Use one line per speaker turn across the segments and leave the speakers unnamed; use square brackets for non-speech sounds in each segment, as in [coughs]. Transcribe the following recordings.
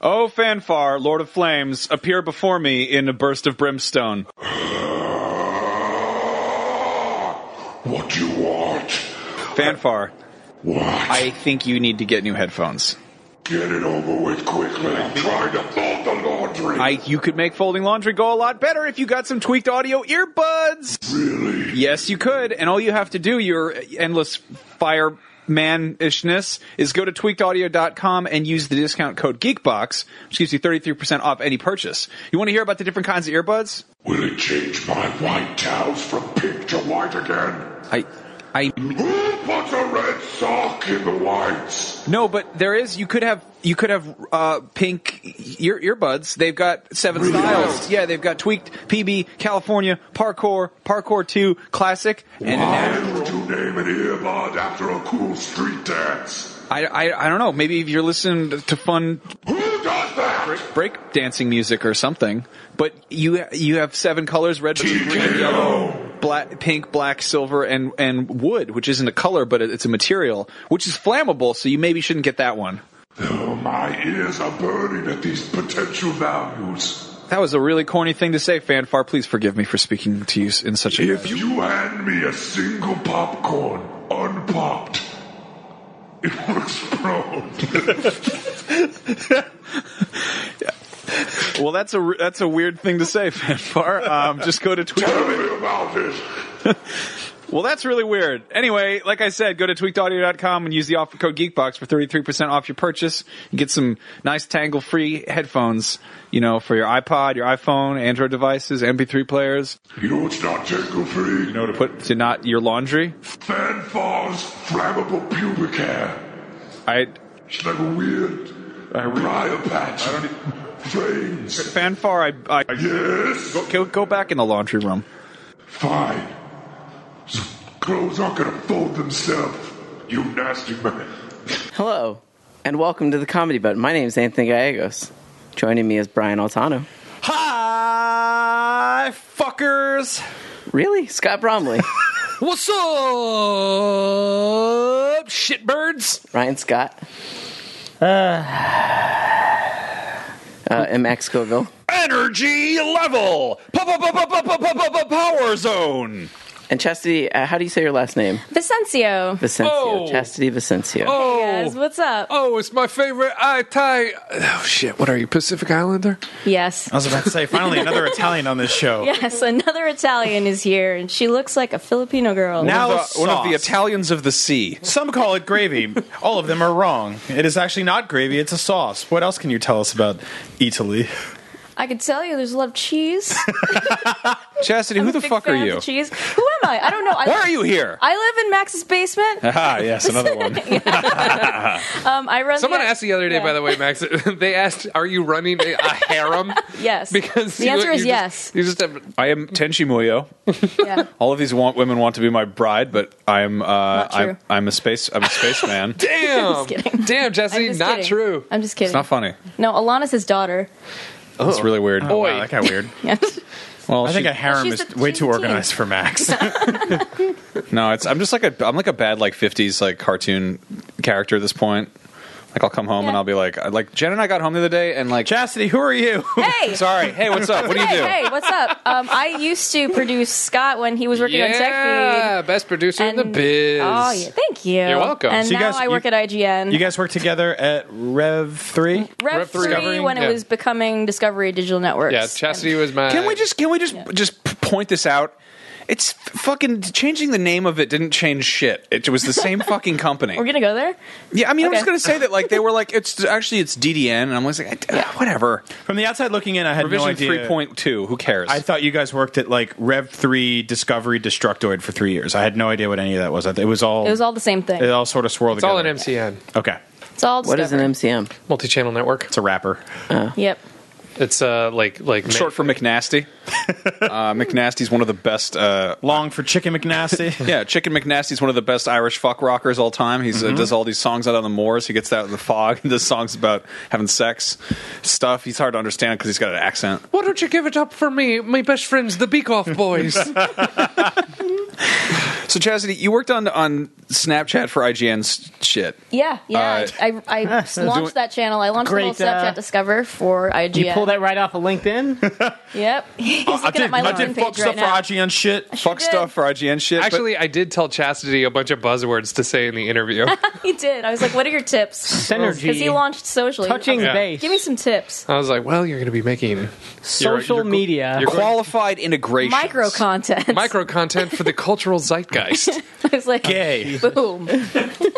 O Oh, Fanfar, Lord of Flames, appear before me in a burst of brimstone.
What do you want?
Fanfar,
What?
I think you need to get new headphones.
Get it over with quickly. I'm trying to fold the laundry.
I you could make folding laundry go a lot better if you got some tweaked audio earbuds.
really?
Yes, you could, and all you have to do your endless fire man-ishness is go to tweakedaudio.com and use the discount code geekbox which gives you 33% off any purchase you want to hear about the different kinds of earbuds
Will it change my white towels from pink to white again?
i i
Who puts a red sock in the whites?
No, but there is. You could have you could have uh, pink ear earbuds. They've got seven styles. Yeah, they've got tweaked PB, California, Parkour, Parkour Two, Classic, and
Why would you name an earbud after a cool street dance?
I, I I don't know. Maybe if you're listening to fun
Who does that?
break dancing music or something, but you you have seven colors: red, blue, green, yellow, black, pink, black, silver, and and wood, which isn't a color, but it- it's a material, which is flammable. So you maybe shouldn't get that one.
Oh, my ears are burning at these potential values.
That was a really corny thing to say, Fanfar. Please forgive me for speaking to you in such a.
If you hand me a single popcorn unpopped, it will
[laughs]
explode.
Well, that's a that's a weird thing to say, [laughs] Fanfar. Um, just go to tweet.
Tell me about it.
Well, that's really weird. Anyway, like I said, go to tweakedaudio.com and use the offer code Geekbox for thirty three percent off your purchase. You get some nice tangle free headphones, you know, for your iPod, your iPhone, Android devices, MP three players.
You know it's not tingle free. You
You know, to put to not your laundry.
Fanfar's flammable pubic hair.
I
It's like a weird briar patch. I
e-
don't
[laughs]
Veins.
Fanfar, I, I
Yes.
go, go back in the laundry room.
Fine. S- Clothes aren't gonna fold themselves. You nasty man.
Hello, and welcome to the Comedy Button. My name is Anthony Gallegos. Joining me is Brian Altano.
Hi, fuckers!
Really? Scott Bromley.
What's up, shitbirds?
Ryan Scott. Uh, MX Scoville.
Energy level! Power zone!
And Chastity, uh, how do you say your last name?
Vicencio.
Vicencio.
Oh.
Chastity Vicencio.
Hey guys, what's up?
Oh, it's my favorite I tie. Oh, shit. What are you, Pacific Islander?
Yes.
I was about to say, finally,
[laughs]
another Italian on this show.
Yes, another Italian is here, and she looks like a Filipino girl.
Now,
One of the- one of the
sauce.
Italians of the sea.
Some call it gravy. All of them are wrong. It is actually not gravy, it's a sauce. What else can you tell us about Italy?
I could tell you there's a lot of cheese.
Chastity,
I'm
who
a
the
big
fuck are
fan of
you?
the cheese. Who am I? I don't know. I,
Why are you here?
[laughs] I live in Max's basement.
Ah, yes, [laughs] another one.
Um, I run.
Someone
the,
asked the other day,
yeah.
by the way, Max. [laughs] They asked, "Are you running a, a
[laughs]
harem?"
Yes.
Because
the
you-
answer
you
is
just-
yes.
You just have
I am Tenchi Muyo.
Yeah.
All of these want, women want to be my bride, but I'm uh, I'm,
true.
I'm a space I'm a
[laughs]
spaceman. it's
damn,
Just kidding.
damn, Jesse,
I'm just
not
kidding.
true.
I'm just kidding.
not funny.
no, Alana's his daughter.
It's really weird.
Boy,
Wow, that got weird.
Yeah.
well,
I think
she-
a harem
She's
is
a-
way
she's
too
a teen.
organized for
[laughs]
Max.
no, it's I'm just like a I'm like a bad like 50s like cartoon character at this point. Like I'll come home and
Yeah.
I'll be like I- like Jen and I got home the other day and like
Chastity, who are you?
Hey.
sorry, hey, what's up? What do you
Hey,
do?
hey, what's up? Um, I used to produce Scott when he was working on TechFeed.
yeah, best producer in the
And-
biz.
Oh, yeah. Thank you.
You're welcome.
And
So you
now
guys-
I work
you-
at IGN.
You guys work together at Rev 3?
Rev,
Rev
3
three.
when
Yeah.
it was becoming Discovery Digital Networks.
Yeah, Chastity was my.
Can we
Uh,
just can we just just p- point this out? It's f- fucking changing the name of it didn't change shit. It was the
[laughs]
same fucking company.
We're going to go there?
Yeah, I mean, I was
Okay.
gonna say that like they were like it's actually it's DDN, and I'm always like, I, whatever.
From the outside looking in, I had
Revision
no idea.
three point two. Who cares?
I thought you guys worked at like Rev 3 Discovery Destructoid for three years. I had no idea what any of that was. I th- It was all.
It was all the same
It
thing.
all sort of swirled
It's all an
together.
MCN,
Okay.
It's all
What
Discovery.
is an MCM?
multi-channel network.
It's a rapper.
Yep.
It's uh, like like
short for
[laughs]
McNasty. uh, McNasty's one of the best. Uh,
Long for Chicken [laughs] McNasty.
yeah, Chicken McNasty's one of the best Irish fuck rockers all time. He
Mm-hmm.
uh, does all these songs out on the moors. He gets out in the fog and does songs about having sex stuff. He's hard to understand because he's got an accent.
Why don't you give it up for me, my best friends, the Beak Off Boys?
So Chastity, you worked on on Snapchat for IGN's shit.
Yeah, yeah.
Uh,
I, I,
[laughs]
I launched
doing-
that channel. I launched
Great,
the whole Snapchat
uh,
Discover for IGN.
Do you pull that right off
[laughs]
of LinkedIn?
Yep. He's looking
I did,
at my
I
LinkedIn
did
page
fuck
right
stuff
now.
for IGN shit.
Fuck
did.
stuff for IGN shit. [laughs] but-
Actually, I did tell Chastity a bunch of buzzwords to say in the
[laughs]
interview.
He did. I was like, "What are your tips?"
Synergy.
Because he launched socially.
Touching
Yeah.
base.
Give me some tips.
I was like, well, you're going to be making
social
you're go-
media.
you're
qualified integration.
Micro content. [laughs]
micro content for the cultural zeitgeist.
I was like,
Gay.
boom. [laughs]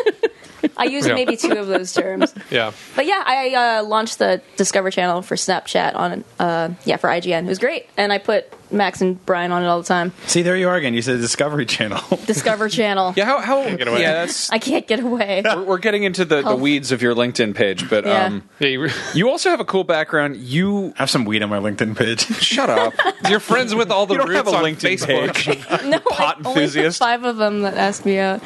I used
Yeah.
maybe two of those terms,
Yeah.
but yeah, I uh, launched the Discover channel for Snapchat on, uh, yeah, for IGN. It was great, and I put Max and Brian on it all the time.
[laughs] See, there you are again. You said Discovery Channel. [laughs]
[laughs]
Discover channel.
Yeah, how, how
Get away.
yeah, that's
I can't get away.
we're, we're getting into the, the
Oh.
weeds of your LinkedIn page, but
Yeah.
um
yeah you-
you also have a cool background. You
I have some weed on my LinkedIn page.
shut up.
[laughs] you're friends with all the
You don't
roots
have a
on
LinkedIn
Facebook.
page.
[laughs] No,
Pot
I only took
enthusiast.
five of them that asked me out.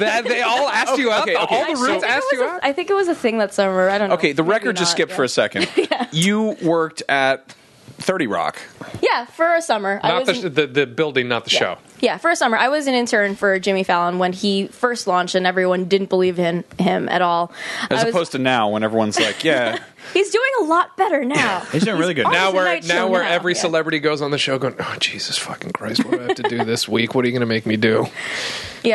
That- [laughs] they all asked you out.
Okay, okay.
All the
I
roots
think it
asked
was
you
a-
out.
I think it was a thing that summer. I don't know.
Okay, the
Maybe
record just
not,
skipped
[laughs] yeah.
for a second. You worked at 30 Rock.
Yeah, for a summer. I
Not the,
was
sh- the the building, not the show.
Yeah, for a summer, I was an intern for Jimmy Fallon when he first launched, and everyone didn't believe in him at all.
As
I was-
opposed to now when everyone's like,
[laughs]
yeah,
he's doing a lot better now.
He's doing really good.
He's
Now
a
where
night
now
show
where
now,
every
yeah.
celebrity goes on the show going, oh Jesus fucking Christ, what do I have to do this week? What are you going to make me do?
yeah,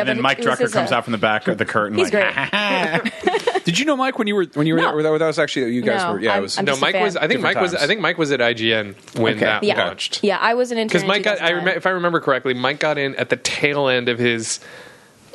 [laughs] and then
but
Mike
it was
Drucker
his, uh,
comes out from the back of the curtain.
He's
like,
great.
Did you know Mike when you were when you were
No.
there? That was actually you guys
No,
were. Yeah,
I'm-
it was.
[laughs] I'm
no,
No,
just a
Mike
fan.
was. I think
Different
Mike was.
times.
I think Mike was at IGN when
Okay.
that
Yeah,
launched.
yeah, I was an intern
Because Mike got. I remember,
remember.
if I remember correctly, Mike got in at the tail end of his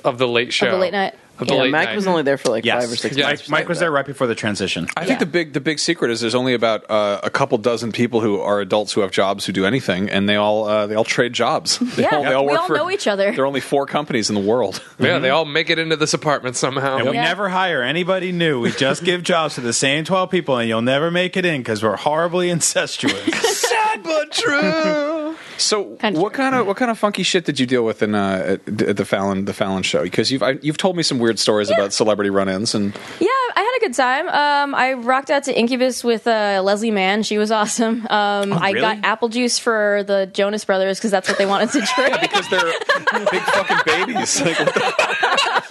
of the late show
the late night.
of the
Yeah,
late
Mike
night.
was only there for like
yes.
five or six
Yeah.
Mike,
months.
Mike was there right before the transition.
I think
Yeah.
the big the big secret is there's only about uh, a couple dozen people who are adults who have jobs who do anything, and they all uh, they all trade jobs. [laughs] They
Yeah,
all, they all
we
work
all
for,
know each other.
There are only four companies in the [laughs] world.
Yeah, they all make it into this apartment somehow.
And we
Yeah.
never hire anybody new. We just give jobs to the same 12 people, and you'll never make it in because we're horribly incestuous.
[laughs]
Sad but true. [laughs] so,
Kind of
what
true.
kind of what kind of funky shit did you deal with in uh, at, at the Fallon the Fallon show? Because you've I, you've told me some weird stories about celebrity run-ins and
Yeah, I had a good time. Um, I rocked out to Incubus with uh, Leslie Mann. She was awesome. [laughs] Um, I
Oh, really?
got apple juice for the Jonas Brothers because that's what they wanted
[laughs]
to drink.
because they're [laughs] big fucking babies. Like, what the-
[laughs]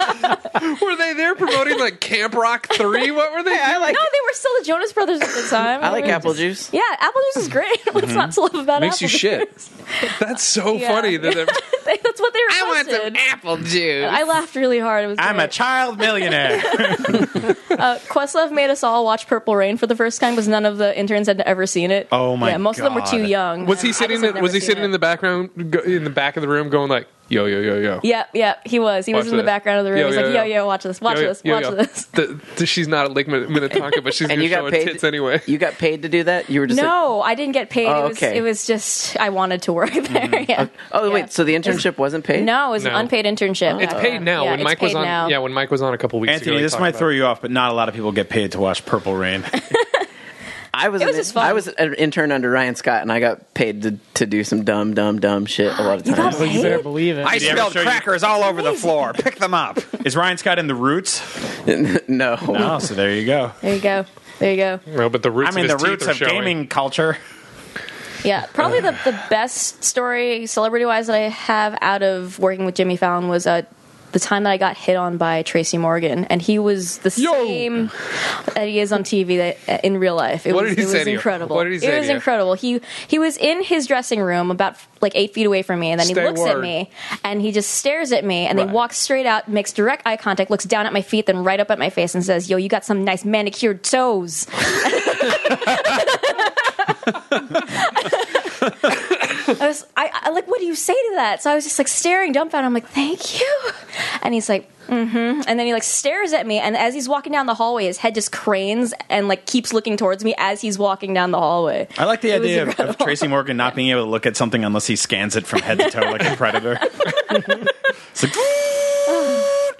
Were they there promoting like Camp Rock Three? What
[laughs]
were they? doing?
[laughs] no, they were still the Jonas Brothers at
[laughs]
the time.
I like
They were
apple
just-
juice.
Yeah, apple juice is great. [laughs] What's
Mm-hmm.
not to love about
Makes
apple
you shit.
juice?
That's so
Yeah.
[laughs] funny. That they're-
That's what [laughs] they
I want
requested.
some apple juice.
I laughed really hard. It was
I'm a
great.
child
[laughs]
millionaire.
uh, Questlove made us all watch Purple Rain for the first time because none of the interns had ever seen it.
Oh my
Yeah, most of them were too
God.
young.
was he
and I
sitting?
just had
In,
never
was he
seen
sitting
it.
in the background, go- in the back of the room, going like, "Yo, yo, yo, yo."
Yeah, yeah, he was. He was
Watch
in the
this.
background of the room.
Yo,
He's
yo,
like,
yo.
yo, yo, watch this, watch
Yo, yo,
this,
yo,
watch
yo. [laughs]
this.
The- the- she's not a Lick Minnetonka, but she's
[laughs] And
gonna
you
show
got
her
paid
tits anyway.
You got paid to do that? You were just like,
No, I didn't get paid.
Oh,
it, was,
okay.
it was just I wanted to work [laughs] there. Yeah.
oh
Yeah.
wait, so the internship wasn't paid?
no, it was an
Mm-hmm. No.
unpaid internship.
It's
back
paid
then.
now.
Yeah,
when
it's
Mike was
paid
on,
now.
yeah, when Mike was on a couple weeks ago.
Anthony,
he
this
talked
might
about
throw
it.
you off, but not a lot of people get paid to watch Purple Rain.
I was,
It was
an,
just fun.
I was an intern under Ryan Scott, and I got paid to, to do some dumb, dumb, dumb shit a lot of
[gasps] You got
times.
Well, you
paid?
better believe it.
I
he ever
spilled
show you-
crackers all over the floor. Pick them up.
Is Ryan Scott in the roots?
[laughs] no,
No, Oh, so there you [laughs] go.
There you go. There you go.
No, but the roots.
I'm in the
of his
roots
teeth are
of
showing.
gaming culture.
Yeah, probably the,
[sighs]
the best story, celebrity wise, that I have out of working with Jimmy Fallon was uh, the time that I got hit on by Tracy Morgan, and he was the same that he is on TV that, uh, in real life. It
What
was,
did he
it
say
was
to you?
incredible.
What did he say
It was
to you?
incredible. He he was in his dressing room, about like eight feet away from me, and then
Stay
he looks at
word.
me and he just stares at me, and
Right.
then walks straight out, makes direct eye contact, looks down at my feet, then right up at my face, and says, "Yo, you got some nice manicured toes." [laughs] I was, I, I like, what do you say to that? So I was just like staring dumbfounded. I'm like, thank you. And he's like, mm-hmm. And then he like stares at me. And as he's walking down the hallway, his head just cranes and like keeps looking towards me as he's walking down the hallway.
I like the
It was
idea of, of
incredible.
Tracy Morgan not being able to look at something unless he scans it from head to toe like a predator. it's like,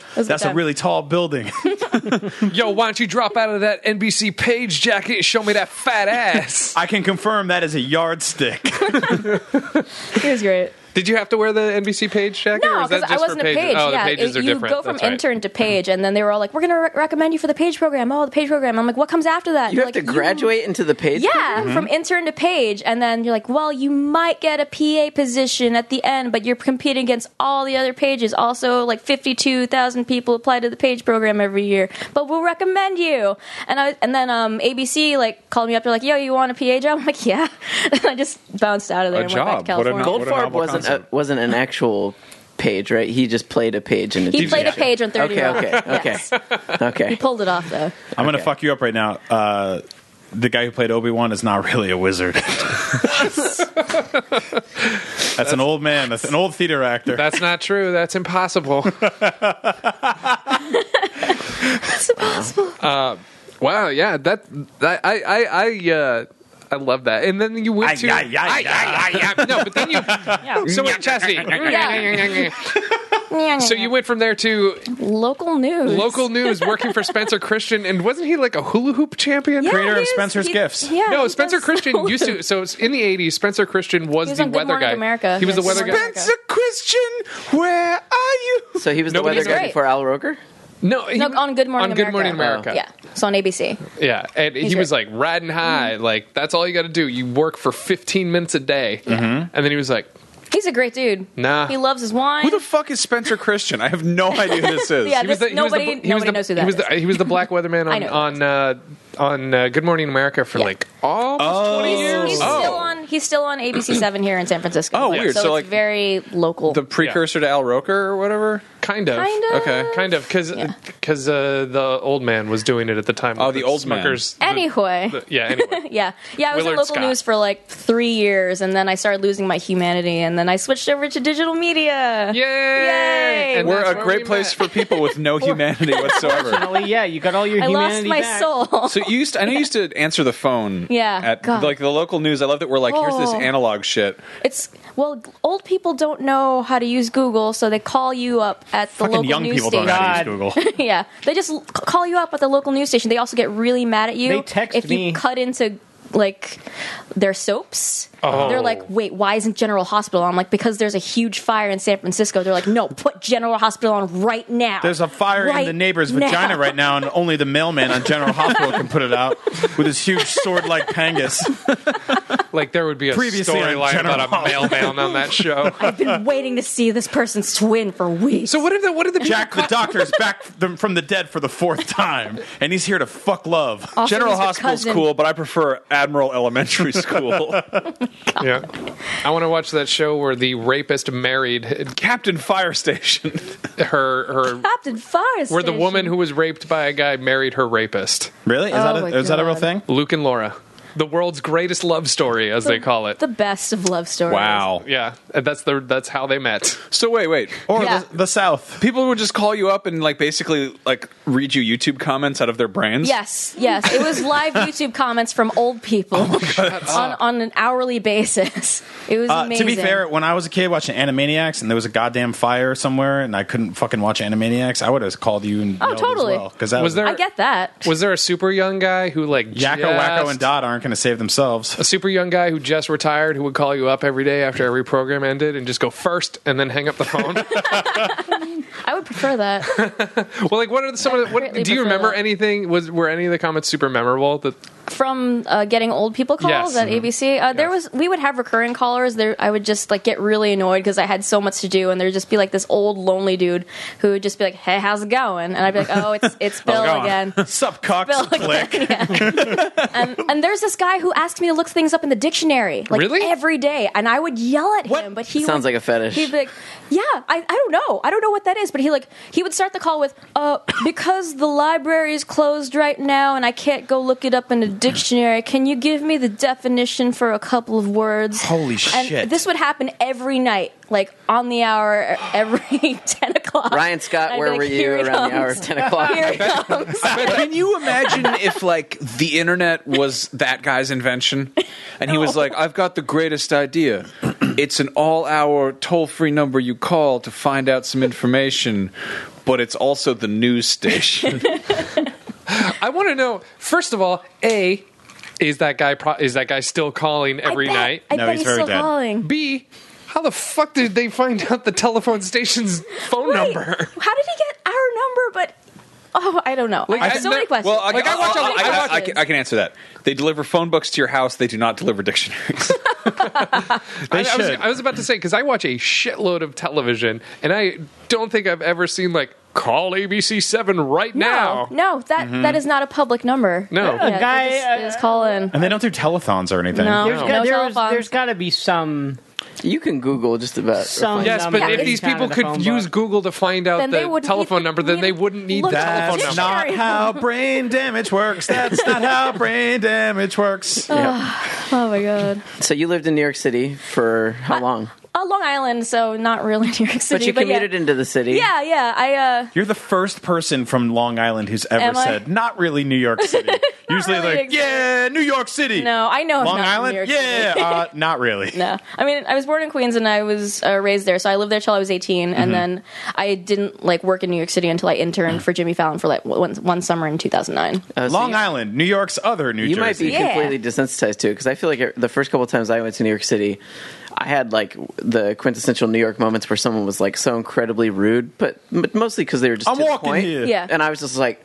It was
that's a [laughs]
time.
really tall building.
Yo, why don't you drop out of that NBC page jacket and show me that
[laughs]
fat ass?
I can confirm that is a yardstick.
It was great.
Did you have to wear the NBC page jacket? or
No,
is that
because
just
I wasn't
for
a
pages?
page.
Oh,
yeah,
the pages
it-
are
you
different.
go from
That's right. [laughs]
intern to page, and then they were all like, "We're going to re- recommend you for the page program." Oh, the page program. I'm like, "What comes after that?"
You
They're
have
like,
to graduate into the page.
Yeah, from intern to page, and then you're like, "Well, you might get a PA position at the end, but you're competing against all the other pages. Also, like 52,000 people apply to the page program every year, but we'll recommend you." And I and then um, ABC like called me up. They're like, "Yo, you want a PA job?" [laughs] I'm like, "Yeah," and I just bounced out of there
A
and went back to
job. What a
California.
novel- what a
Goldfarb
novel
wasn't a,
concept.
wasn't an actual page, right? He just played a page in a
he
TV
played a
show.
page on 30
Okay,
Rock.
okay, okay,
[laughs] Yes.
okay.
Pulled it off though.
[laughs] I'm gonna fuck you up right now. Uh, the guy who played Obi Wan is not really a [laughs] wizard. That's an old man. That's an old theater actor.
[laughs] That's not true. That's impossible. [laughs]
It's impossible.
Uh, wow. Yeah. That. that I. I. I. Uh, I love that. And then you went to.
Ay, ay, ay,
ay, ay. No, but then you.
[laughs] Yeah.
So
[laughs]
wait, Chastity. so you went from there to
local news.
local news, working for Spencer Christian, and wasn't he like a hula hoop champion?
Yeah,
Creator of
he is-
Spencer's
he-
Gifts.
Yeah,
No,
he
Spencer
does [laughs]
Christian
hula
used to.
hoops.
So it's in the '80s. Spencer Christian was,
He was
the
on Good
weather
Morning
guy.
America.
He was the
Yes.
weather guy.
Spencer
Christian, where are you?
So he was the
Nobody's
weather guy
great.
before Al Roker.
No, he,
No, on Good Morning
on
America.
Good Morning America.
Yeah, it's on ABC.
Yeah, and he
He's Mm-hmm.
was
right.
like riding high. Like that's all you got to do. You work for 15 minutes a day,
Mm-hmm.
and then he was like,
He's a great dude.
Nah.
he loves his wine.
Who the fuck is Spencer Christian? I have no idea
[laughs]
who this is.
Yeah,
he was the
this-
he was the-
nobody,
he was
nobody
the-
knows who
he
that
was
is.
the, he was
[laughs]
the black weatherman
I know who
on on uh, on uh, Good Morning America for
Yeah.
like almost 20 years.
He's
Oh.
still on. He's still on ABC [clears throat] Seven here in San Francisco.
Oh, weird.
So,
So, like-
it's very local.
The precursor to Al Roker or whatever.
Kind of.
Uh, Kind of.
Okay. Kind of. Because
Yeah.
uh, the old man was doing it at the time.
Oh,
with
the old man.
Smuckers. the-
anyway,
the- yeah, anyway.
[laughs] yeah, yeah. I was
Willard
in local
Scott.
news for like three years, and then I started losing my humanity, and then I switched over to digital media.
Yay!
Yay!
And
We're
that's
a
where
great
we
place
met.
for people with
[laughs]
no humanity whatsoever.
Well, [laughs] yeah, you got all your
I lost
humanity
my
back.
soul.
So you used to, I know you used to answer the phone.
Yeah,
At
God.
like the local news. I love that we're like, here's this
Oh.
analog shit.
It's well, old people don't know how to use Google, so they call you up at the
Fucking
local
young
news
people
station.
don't know how to
God.
use Google.
yeah, they just l- call you up at the local news station. They also get really mad at you
They text
if
me.
you cut into like their soaps.
Oh.
They're like, "Wait, why isn't General Hospital on?" I'm like, "Because there's a huge fire in San Francisco." They're like, "No, put General Hospital on right now."
There's a fire in
Right
the neighbor's
now."
vagina right now, and only the mailman on General Hospital can put it out with his huge sword-like pangas.
Like there would be a
Previously on
storyline
General
about a
Hospital.
mailman on that
[laughs]
show.
[laughs]
I've been waiting to see this person's twin for weeks.
so what did the what did the
Jack the doctor's back th- from the dead for the fourth time, and he's here to fuck love.
Also,
General
there's the
Hospital's
cousin-
cool, but I prefer Admiral
[laughs]
Elementary School.
Yeah. I want to watch that show where the rapist married
Captain Fire Station.
her her
Captain Fire.
where the woman who was raped by a guy married her rapist.
Really? Is,
Oh
that,
my
a, is that a real
God.
thing?
Luke and Laura. The world's greatest love story as they call it.
the best of love stories.
yeah, and that's the that's how they met.
So wait, wait.
Or
Yeah.
the, the South?
People would just call you up and like basically like read you YouTube comments out of their
[laughs]
brains.
Yes, yes. It was live YouTube comments from old people
Oh
on, on an hourly basis. It was
Uh, to
amazing.
be fair, when I was a kid watching Animaniacs, and there was a goddamn fire somewhere, and I couldn't fucking watch Animaniacs, I would have called you and
Oh,
yelled
totally.
as well because that
Was
was
there-
I get that.
Was there a super young guy who like
Yakko, Wacko, and
just-
Dot aren't going to save themselves.
A super young guy who just retired who would call you up every day after every program ended and just go first and then hang up the phone.
I would prefer that.
[laughs]
well, like what are the, some of the, what
greatly
do you
prefer
remember
that.
anything was were any of the comments super memorable that
From uh, getting old people calls
Yes.
mm-hmm.
at ABC, uh, there
Yes.
was we would have recurring callers. There, I would just like get really annoyed because I had so much to do, and there'd just be like this old lonely dude who would just be like, "Hey, how's it going?" And I'd be like,
[laughs]
"Oh, it's it's Bill again."
Sup, cocks,
Bill again.
click.
And, and there's this guy who asked me to look things up in the dictionary, like
Really?
every day, and I would yell at
What?
him, but he
Sounds
would-
like a fetish.
He'd be like, "Yeah, I, I don't know, I don't know what that is," but he like he would start the call with, "Uh, because the library is closed right now and I can't go look it up in a dictionary, can you give me the definition for a couple of words?"
Holy
and
shit.
This would happen every night, like on the hour, every [laughs] ten o'clock.
Ryan Scott,
I'd be
where
like,
were you
"Here it
around the hour of
comes.
ten o'clock?
Here
[laughs]
[laughs]
it comes.
[laughs] Can you imagine if like the internet was that guy's invention and he was like, I've got the greatest idea. It's an all hour toll free number you call to find out some information, but it's also the news station.
I want to know first of all, a is that guy pro- is that guy still calling every
I bet-
night?
I
No,
bet
he's
he's
very
still
dead.
calling.
B How the fuck did they find out the telephone station's phone
Wait,
number?
How did he get our number? But oh, I don't know. I have
I-
so many questions.
[laughs] Well, I,
Like, I watch
I-
a-
I-
I
I-
watch-
I can, I can answer that. They deliver phone books to your house. They do not deliver dictionaries.
I, I was, I was about to say because I watch a shitload of television, and I don't think I've ever seen like call ABC Seven right
no,
now.
no, that
Mm-hmm.
that is not a public number.
No.
yeah,
A
guy,
they just, they
uh,
just call in.
And they don't do telethons or anything.
No,
There's
no,
got- there was-
telephones.
there's got to be some
You can Google just about.
some.
Yes, but
number
if
that
these
you found
people
in the
could
phone
use
book.
Google to find out
Then they
the
wouldn't
telephone
need-
number, then
need-
they wouldn't need the
look at
telephone
the
number.
dictionary.
Not how brain damage works. That's not
[laughs]
how brain damage works.
Oh my god,
So you lived in New York City for how long?
uh, Long Island, so not really [laughs] New York City.
but you commuted
yeah.
into the city.
Yeah, yeah. I uh,
You're the first person from Long Island who's ever
Am I?
said, not really New
[laughs]
York City. Usually
really
like,
New York City.
yeah, New York City.
no, I know. I'm
Long
not from
Island?
New York City.
yeah, uh, not really.
No, I mean, I was born in Queens and I was uh, raised there, so I lived there till I was 18,
Mm-hmm.
and then I didn't like work in New York City until I interned for Jimmy Fallon for like one, one summer in 2009.
Uh, so
Long
you-
Island, New York's other New
You might
Jersey.
be
Yeah.
completely desensitized to it because I feel like it- the first couple times I went to New York City, I had like the quintessential New York moments where someone was like so incredibly rude, but, but mostly because they were just
I'm
to the
walking
point.
here.
Yeah.
and I was just like.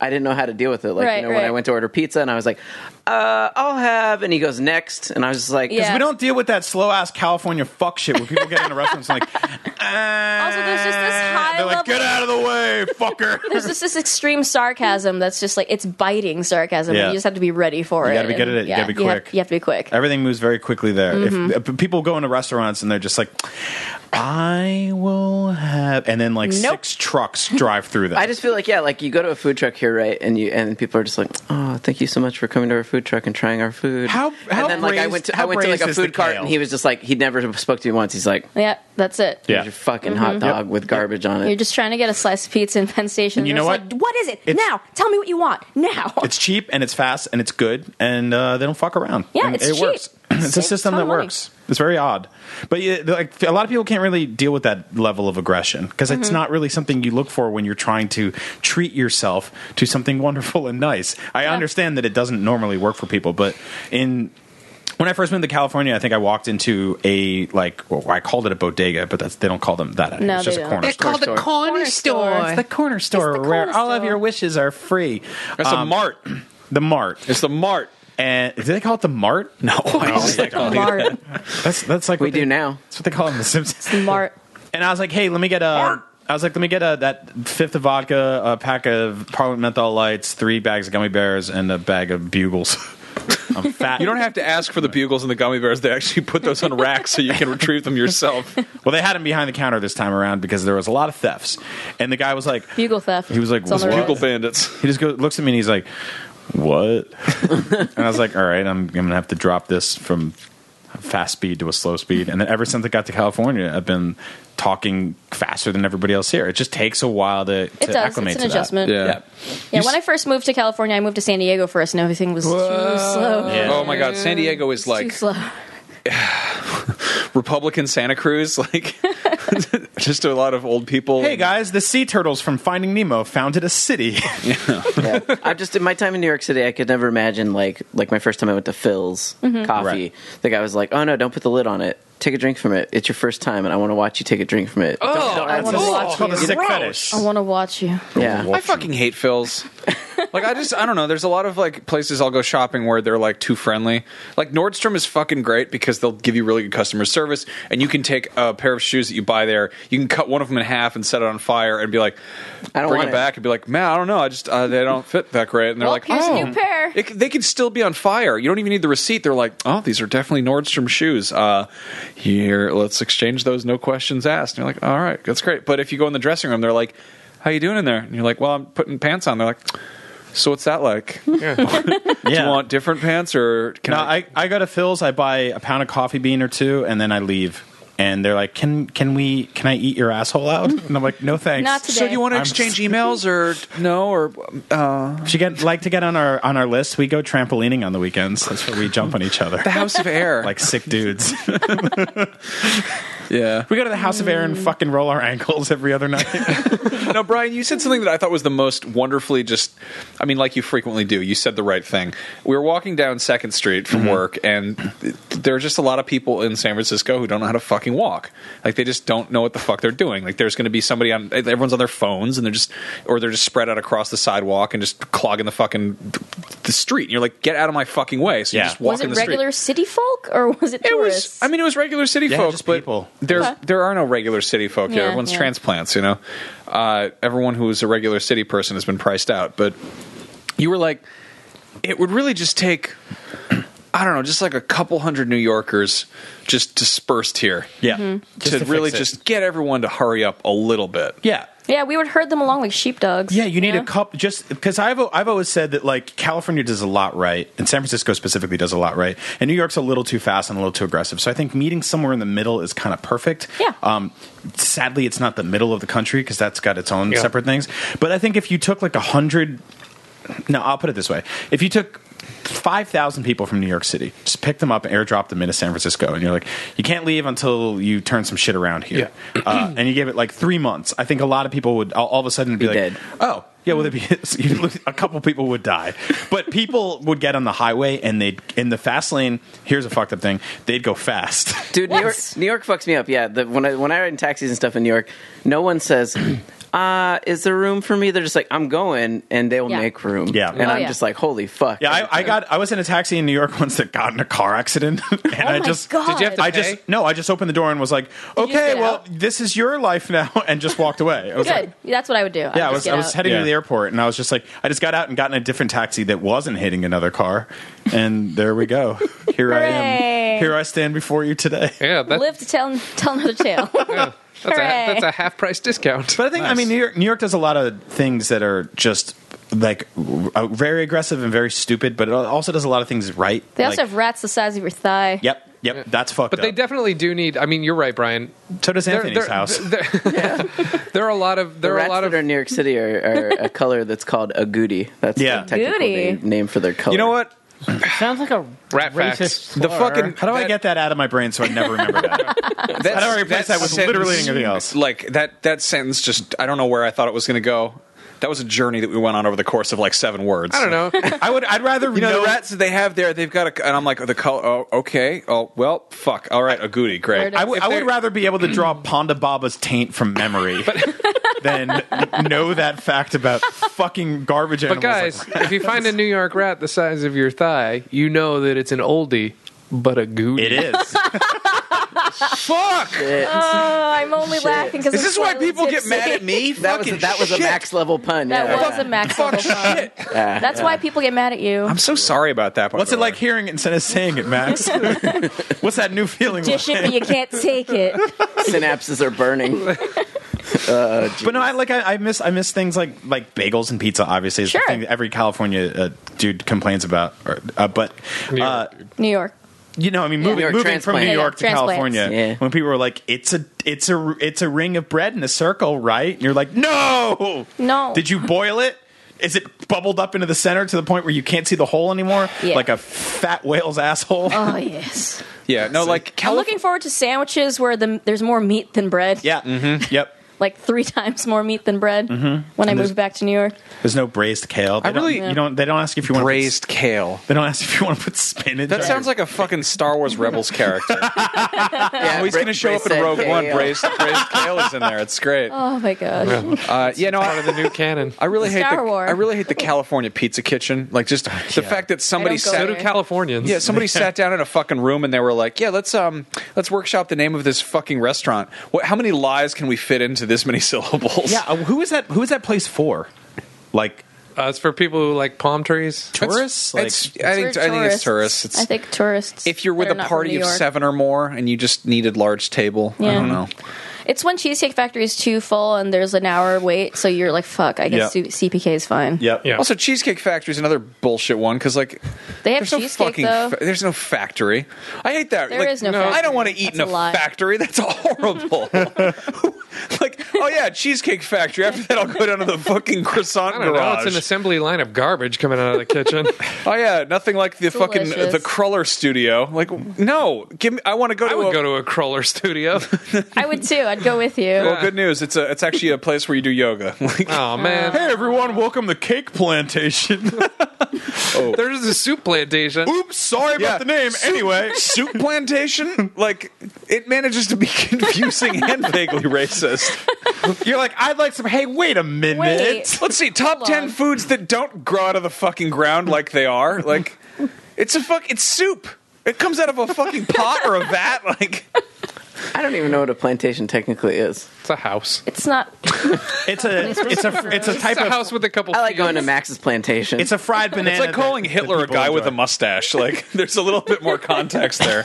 I didn't know how to deal with it. Like,
Right,
you know, when I
right.
went to order pizza and I was like, uh, I'll have, and he goes next. And I was just like,
Yeah.
We don't deal with that slow ass California fuck shit where people get into restaurants
[laughs]
and like, also
there's just this high
They're like,
level-
get out of the
[laughs]
way, fucker.
There's just this extreme sarcasm that's just like it's biting sarcasm.
Yeah.
And you just have to be ready for it.
You gotta be
and-
good at it. You gotta be
have-
quick.
you have to be quick.
Everything moves very quickly there. If, if people go into restaurants and they're just like, I will have, and then like
Nope.
six trucks drive through them.
I just feel like yeah, like you go to a food truck here, right? And you and people are just like, oh, thank you so much for coming to our food truck and trying our food.
How- how
and then like I went
braised-
to I
how
went to like
braised
a
is the
food cart
kale?
and he was just like he never spoke to me once. He's like,
Yeah, that's it.
Yeah.
here's your fucking hot dog with garbage on
Mm-hmm. You're
it.
just trying to get a slice of pizza in Penn Station.
And you
and
know
it's
what?
Like, what is it
It's-
now? Tell me what you want now.
it's cheap and it's fast and it's good and uh, they don't fuck around.
Yeah,
And
it's
it
cheap.
works. [clears throat] It's a
Saves a
system
ton
that
of money.
works. It's very odd, but yeah, like a lot of people can't really deal with that level of aggression because
Mm-hmm.
it's not really something you look for when you're trying to treat yourself to something [laughs] wonderful and nice. I understand that it doesn't normally work for people, but in when I first moved to California, I think I walked into a like well, I called it a bodega, but that's they don't call them that.
No,
it's just
they
a
don't.
corner
They're
store.
the corner,
store.
It's the corner store
corner
where all of
store.
your wishes are free.
[laughs] That's a
Um,
mart.
The mart.
It's the mart.
And do they call it the mart? [laughs]
No, I just like
oh,
It's Mart.
That's that's like
We
what they-
do now.
That's what they call it in The Simpsons.
[laughs] Mart.
[laughs] And I was like, hey, let me get a. I was like, let me get a that fifth of vodka, a pack of Parliament menthol lights, three bags of gummy bears, and a bag of bugles. [laughs] I'm fat.
You don't have to ask for the bugles and the gummy bears. They actually put those on racks so you can retrieve them [laughs] yourself.
Well, they had him behind the counter this time around because there was a lot of thefts, and the guy was like,
Bugle theft.
He was like,
It's on the
"What?
rise.
Bugle bandits.
he just goes, looks at me and he's like, "What?" and I was like, "All right, I'm, I'm gonna have to drop this from fast speed to a slow speed." And then ever since I got to California, I've been talking faster than everybody else here. It just takes a while to, to
It does. It's
acclimate
an
to that.
adjustment.
Yeah.
Yeah,
You
when I
s-
first moved to California, I moved to San Diego first, and everything was too slow.
Yeah.
Oh my God, San Diego is
Too
like [laughs]
slow.
Republican Santa Cruz. [laughs] Like just a lot of old people.
Hey guys, the sea turtles from Finding Nemo founded a [laughs] city.
Yeah. I just in my time in New York City, I could never imagine like like my first time I went to Phil's
Mm-hmm.
coffee.
Right.
The guy was like, oh no, don't put the lid on it. Take a drink from it. It's your first time, and I want to watch you take a drink from it.
Oh,
I want to
it's
watch
called a
you.
sick fetish.
I want to watch you.
yeah.
I fucking hate Phil's. [laughs] like I just I don't know. There's a lot of like places I'll go shopping where they're like too friendly. Like Nordstrom is fucking great because they'll give you really good customer service, and you can take a pair of shoes that you buy there. You can cut one of them in half and set it on fire, and be like,
I don't
bring
want
it
it.
back, and be like, man, I don't know. I just uh, they don't fit that great, and they're
Well,
like,
here's
oh,
a new pair.
It, c- they can still be on fire. You don't even need the receipt. They're like, oh, these are definitely Nordstrom shoes. Uh, here, let's exchange those. No questions asked. And you're like, all right, that's great. But if you go in the dressing room, they're like, how you doing in there? And you're like, well, I'm putting pants on. They're like, so what's that
[laughs]
like? Do you want different pants or can
no,
I?
I, I go to Phil's, I buy a pound of coffee bean or two, and then I leave. And they're like, "Can can we can I eat your asshole out?" And I'm like, "No thanks."
Not
so do you want to
I'm-
exchange emails or no
[laughs]
or uh,
She get like to get on our on our list. We go trampolining on the [laughs] weekends. That's where we jump on each other
the House of Air?
like sick dudes.
Yeah.
We go to the House of Air and fucking roll our ankles every other night.
No, Brian, you said something that I thought was the most wonderfully just, I mean, like you frequently do. You said the right thing. We were walking down Second Street from work, and th- there are just a lot of people in San Francisco who don't know how to fucking walk. Like, they just don't know what the fuck they're doing. Like, there's going to be somebody on, everyone's on their phones, and they're just, or they're just spread out across the sidewalk and just clogging the fucking the street. And you're like, get out of my fucking way. So
Yeah.
you just walk
Was
in
it
the
regular
street.
city folk or was it
It was.
tourists?
I mean, it was regular city
Yeah,
folks,
just
but
people.
there
Okay.
there are no regular city folk here.
Yeah,
Everyone's
yeah.
transplants, you know. Uh, everyone who is a regular city person has been priced out. But you were like, it would really just take, I don't know, just like a couple hundred New Yorkers just dispersed here
yeah. Just
to,
fix
really
it.
just get everyone to hurry up a little bit.
Yeah.
yeah, we would herd them along like sheepdogs.
Yeah, you need
know?
a couple just because I've I've always said that like California does a lot right, and San Francisco specifically does a lot right, and New York's a little too fast and a little too aggressive. So I think meeting somewhere in the middle is kind of perfect.
Yeah.
Um, sadly, it's not the middle of the country because that's got its own
Yeah.
separate things. But I think if you took like a hundred, no, I'll put it this way: if you took. 5,000 people from New York City. Just pick them up and airdrop them into San Francisco. And you're like, you can't leave until you turn some shit around here. Uh, and you gave it like three months. I think a lot of people would all, all of a sudden be
Be
like,
dead.
Oh, yeah. Well, there'd be [laughs] you'd lose- a couple people would die, but people would get on the highway and they'd in the fast lane. Here's a fucked up thing: they'd go fast.
Dude, New York,
What?
New York fucks me up. Yeah, the, when I when I ride in taxis and stuff in New York, no one says, [clears throat] uh, "Is there room for me?" They're just like, "I'm going," and they will
Yeah.
make room.
Yeah.
and
Oh,
I'm
yeah.
just like, "Holy fuck!"
Yeah, I, I got. I was in a taxi in New York [laughs] once that got in a car accident, [laughs] and I
Oh my
just
God. Did you have
to
I
pay?
just no, I just opened the door and was like,
you just
okay,
get
well,
out?
this is your life now, [laughs] and just walked away. I was like,
Good. That's what I would do.
yeah, I was, I was heading
Yeah.
to the airport, and I was just like, I just got out and got in a different taxi that wasn't hitting another car, and there we go. Here I
Hooray.
am. Here I stand before you today.
Yeah, that,
Live to tell tell another tale.
[laughs]
that's, a,
Hooray.
that's a half price discount.
But I think I mean New York. New York does a lot of things that are just like uh, very aggressive and very stupid, but it also does a lot of things right.
They
Like-
also have rats the size of your thigh.
Yep, yep. That's fucked.
But they
up.
definitely do need. I mean, you're right, Brian.
So does
There-
Anthony's
there-
house.
There, there are a lot of
The
there are a
rats
lot of
that are in New York City are, are a color that's called agouti. That's
Yeah.
the technical
Agouti.
name, name for their color.
You know what?
Sounds like a
Rat
racist.
facts.
The
slur.
fucking-
How do I
that-
get that out of my brain so I never remember
[laughs]
that?
That's,
How do I replace that with literally anything else?
Like that that sentence just I don't know where I thought it was going to go. That was a journey that we went on over the course of like seven words.
I don't know.
[laughs] I would. I'd rather
You know, the rats that they have there, they've got a. And I'm like, oh, the color. Oh, okay. Oh, well, fuck. All right, a goody. Great.
I would-
if
I would
they're-
rather be able to draw Ponda Baba's taint from
[laughs]
memory [laughs] than know that fact about fucking garbage
But
animals.
guys,
like-
if you find a New York rat the size of your thigh, you know that it's an oldie, but a goody.
it is.
fuck.
It-
Oh, I'm only laughing because
Is this why people get mad at me?
that was
Fucking
that was
shit.
a max level pun.
That
yeah,
was a max level fun. That's why people get mad at you.
I'm so sorry about that. by
What's
the
it
way.
like hearing it instead of saying it, Max?
[laughs]
What's that new feeling? like?
Dish it, but you can't take
[laughs]
it.
synapses are burning.
But no, I like I, I miss I miss things like like bagels and pizza. Obviously, is
Sure.
the thing that every California uh, dude complains about. Or, uh, but uh,
New York.
you know, I mean,
New
moving,
York
moving from
transplant.
New
Yeah,
York to
transplants.
California,
Yeah.
when people were like, "It's a it's a it's a ring of bread in a circle, right?" And you're like, "No,
No.
Did you boil it? Is it bubbled up into the center to the point where you can't see the hole anymore,
Yeah.
like a fat whale's asshole?"
Oh yes.
Yeah. No, like
I'm
California.
looking forward to sandwiches where the, there's more meat than bread.
yeah. mm-hmm, Yep.
Like three [laughs] times more meat than bread
Mm-hmm.
when I moved back to New York.
There's no braised kale. They
I really-
don't, you don't. They don't ask if you want
Braised kale.
Put, they don't ask if you want to put spinach.
That
on
sounds
your-
like a fucking Star Wars Rebels character.
Yeah,
oh, he's
Bra- uh,
going to show up in
Braced
Rogue One.
Kale.
Braised, braised kale is in there. It's great.
Oh my gosh.
Uh, yeah, no,
[laughs] Part of the new canon.
I really hate
Star
the
Wars.
I really hate the California pizza kitchen. Like just the fact that somebody
go
sat
So do Californians.
Yeah, somebody sat down in a fucking room and they were like, "Yeah, let's um let's workshop the name of this fucking restaurant. What how many lies can we fit into this many [laughs] syllables?"
yeah. uh, Who is that? Who is that place for? Like
Uh, it's for people who like palm trees.
It's-
tourists? Like-
it's- I think I think it's tourists. It's,
I think tourists.
if you're
that
with
are
a
not from
party
New
of
York.
seven or more and you just need a large table, I
Yeah.
don't know.
It's when Cheesecake Factory is too full and there's an hour wait, so you're like, fuck, I guess
Yeah.
C- CPK is fine.
Yep.
Yeah.
Also, Cheesecake Factory is another bullshit one because like
They have
there's no
cheesecake,
fucking
though.
fa- there's no factory. I hate that.
There
like,
is no
I
factory.
don't want to eat [laughs]
That's
in a,
a lie.
factory. That's horrible. Like, oh yeah, Cheesecake Factory. After that, I'll go down to the
[laughs]
fucking croissant
I don't know.
garage.
It's an assembly line of garbage coming out of the kitchen.
oh yeah, nothing like the fucking
Delicious.
the Cruller Studio. Like, no, give me. I want to go to.
I would
a,
go to a crawler studio.
I would too. I'd go with you.
Well, good news. It's a. It's actually a place where you do yoga. [laughs] Like,
Oh man,
Hey everyone, welcome to Cake Plantation.
there's a soup
[laughs]
plantation.
Oops, sorry
Yeah.
about the name. Anyway,
Soup plantation? Like it manages to be [laughs] confusing and vaguely racist.
you're like, I'd like some. Hey, wait a minute.
Wait.
Let's see, top
Hold
ten
on.
foods that don't grow out of the fucking ground like they are. Like it's a fuck it's soup. It comes out of a fucking pot or a vat, [laughs] like
I don't even know what a plantation technically is.
It's a house.
It's
[laughs]
not.
It's a it's a it's a type
It's a
of
house with a couple.
I like going to
fields.
Max's plantation.
it's a fried banana.
it's like calling
that-
Hitler
that
a
people
guy with a
enjoy.
mustache. Like [laughs] there's a little bit more context there.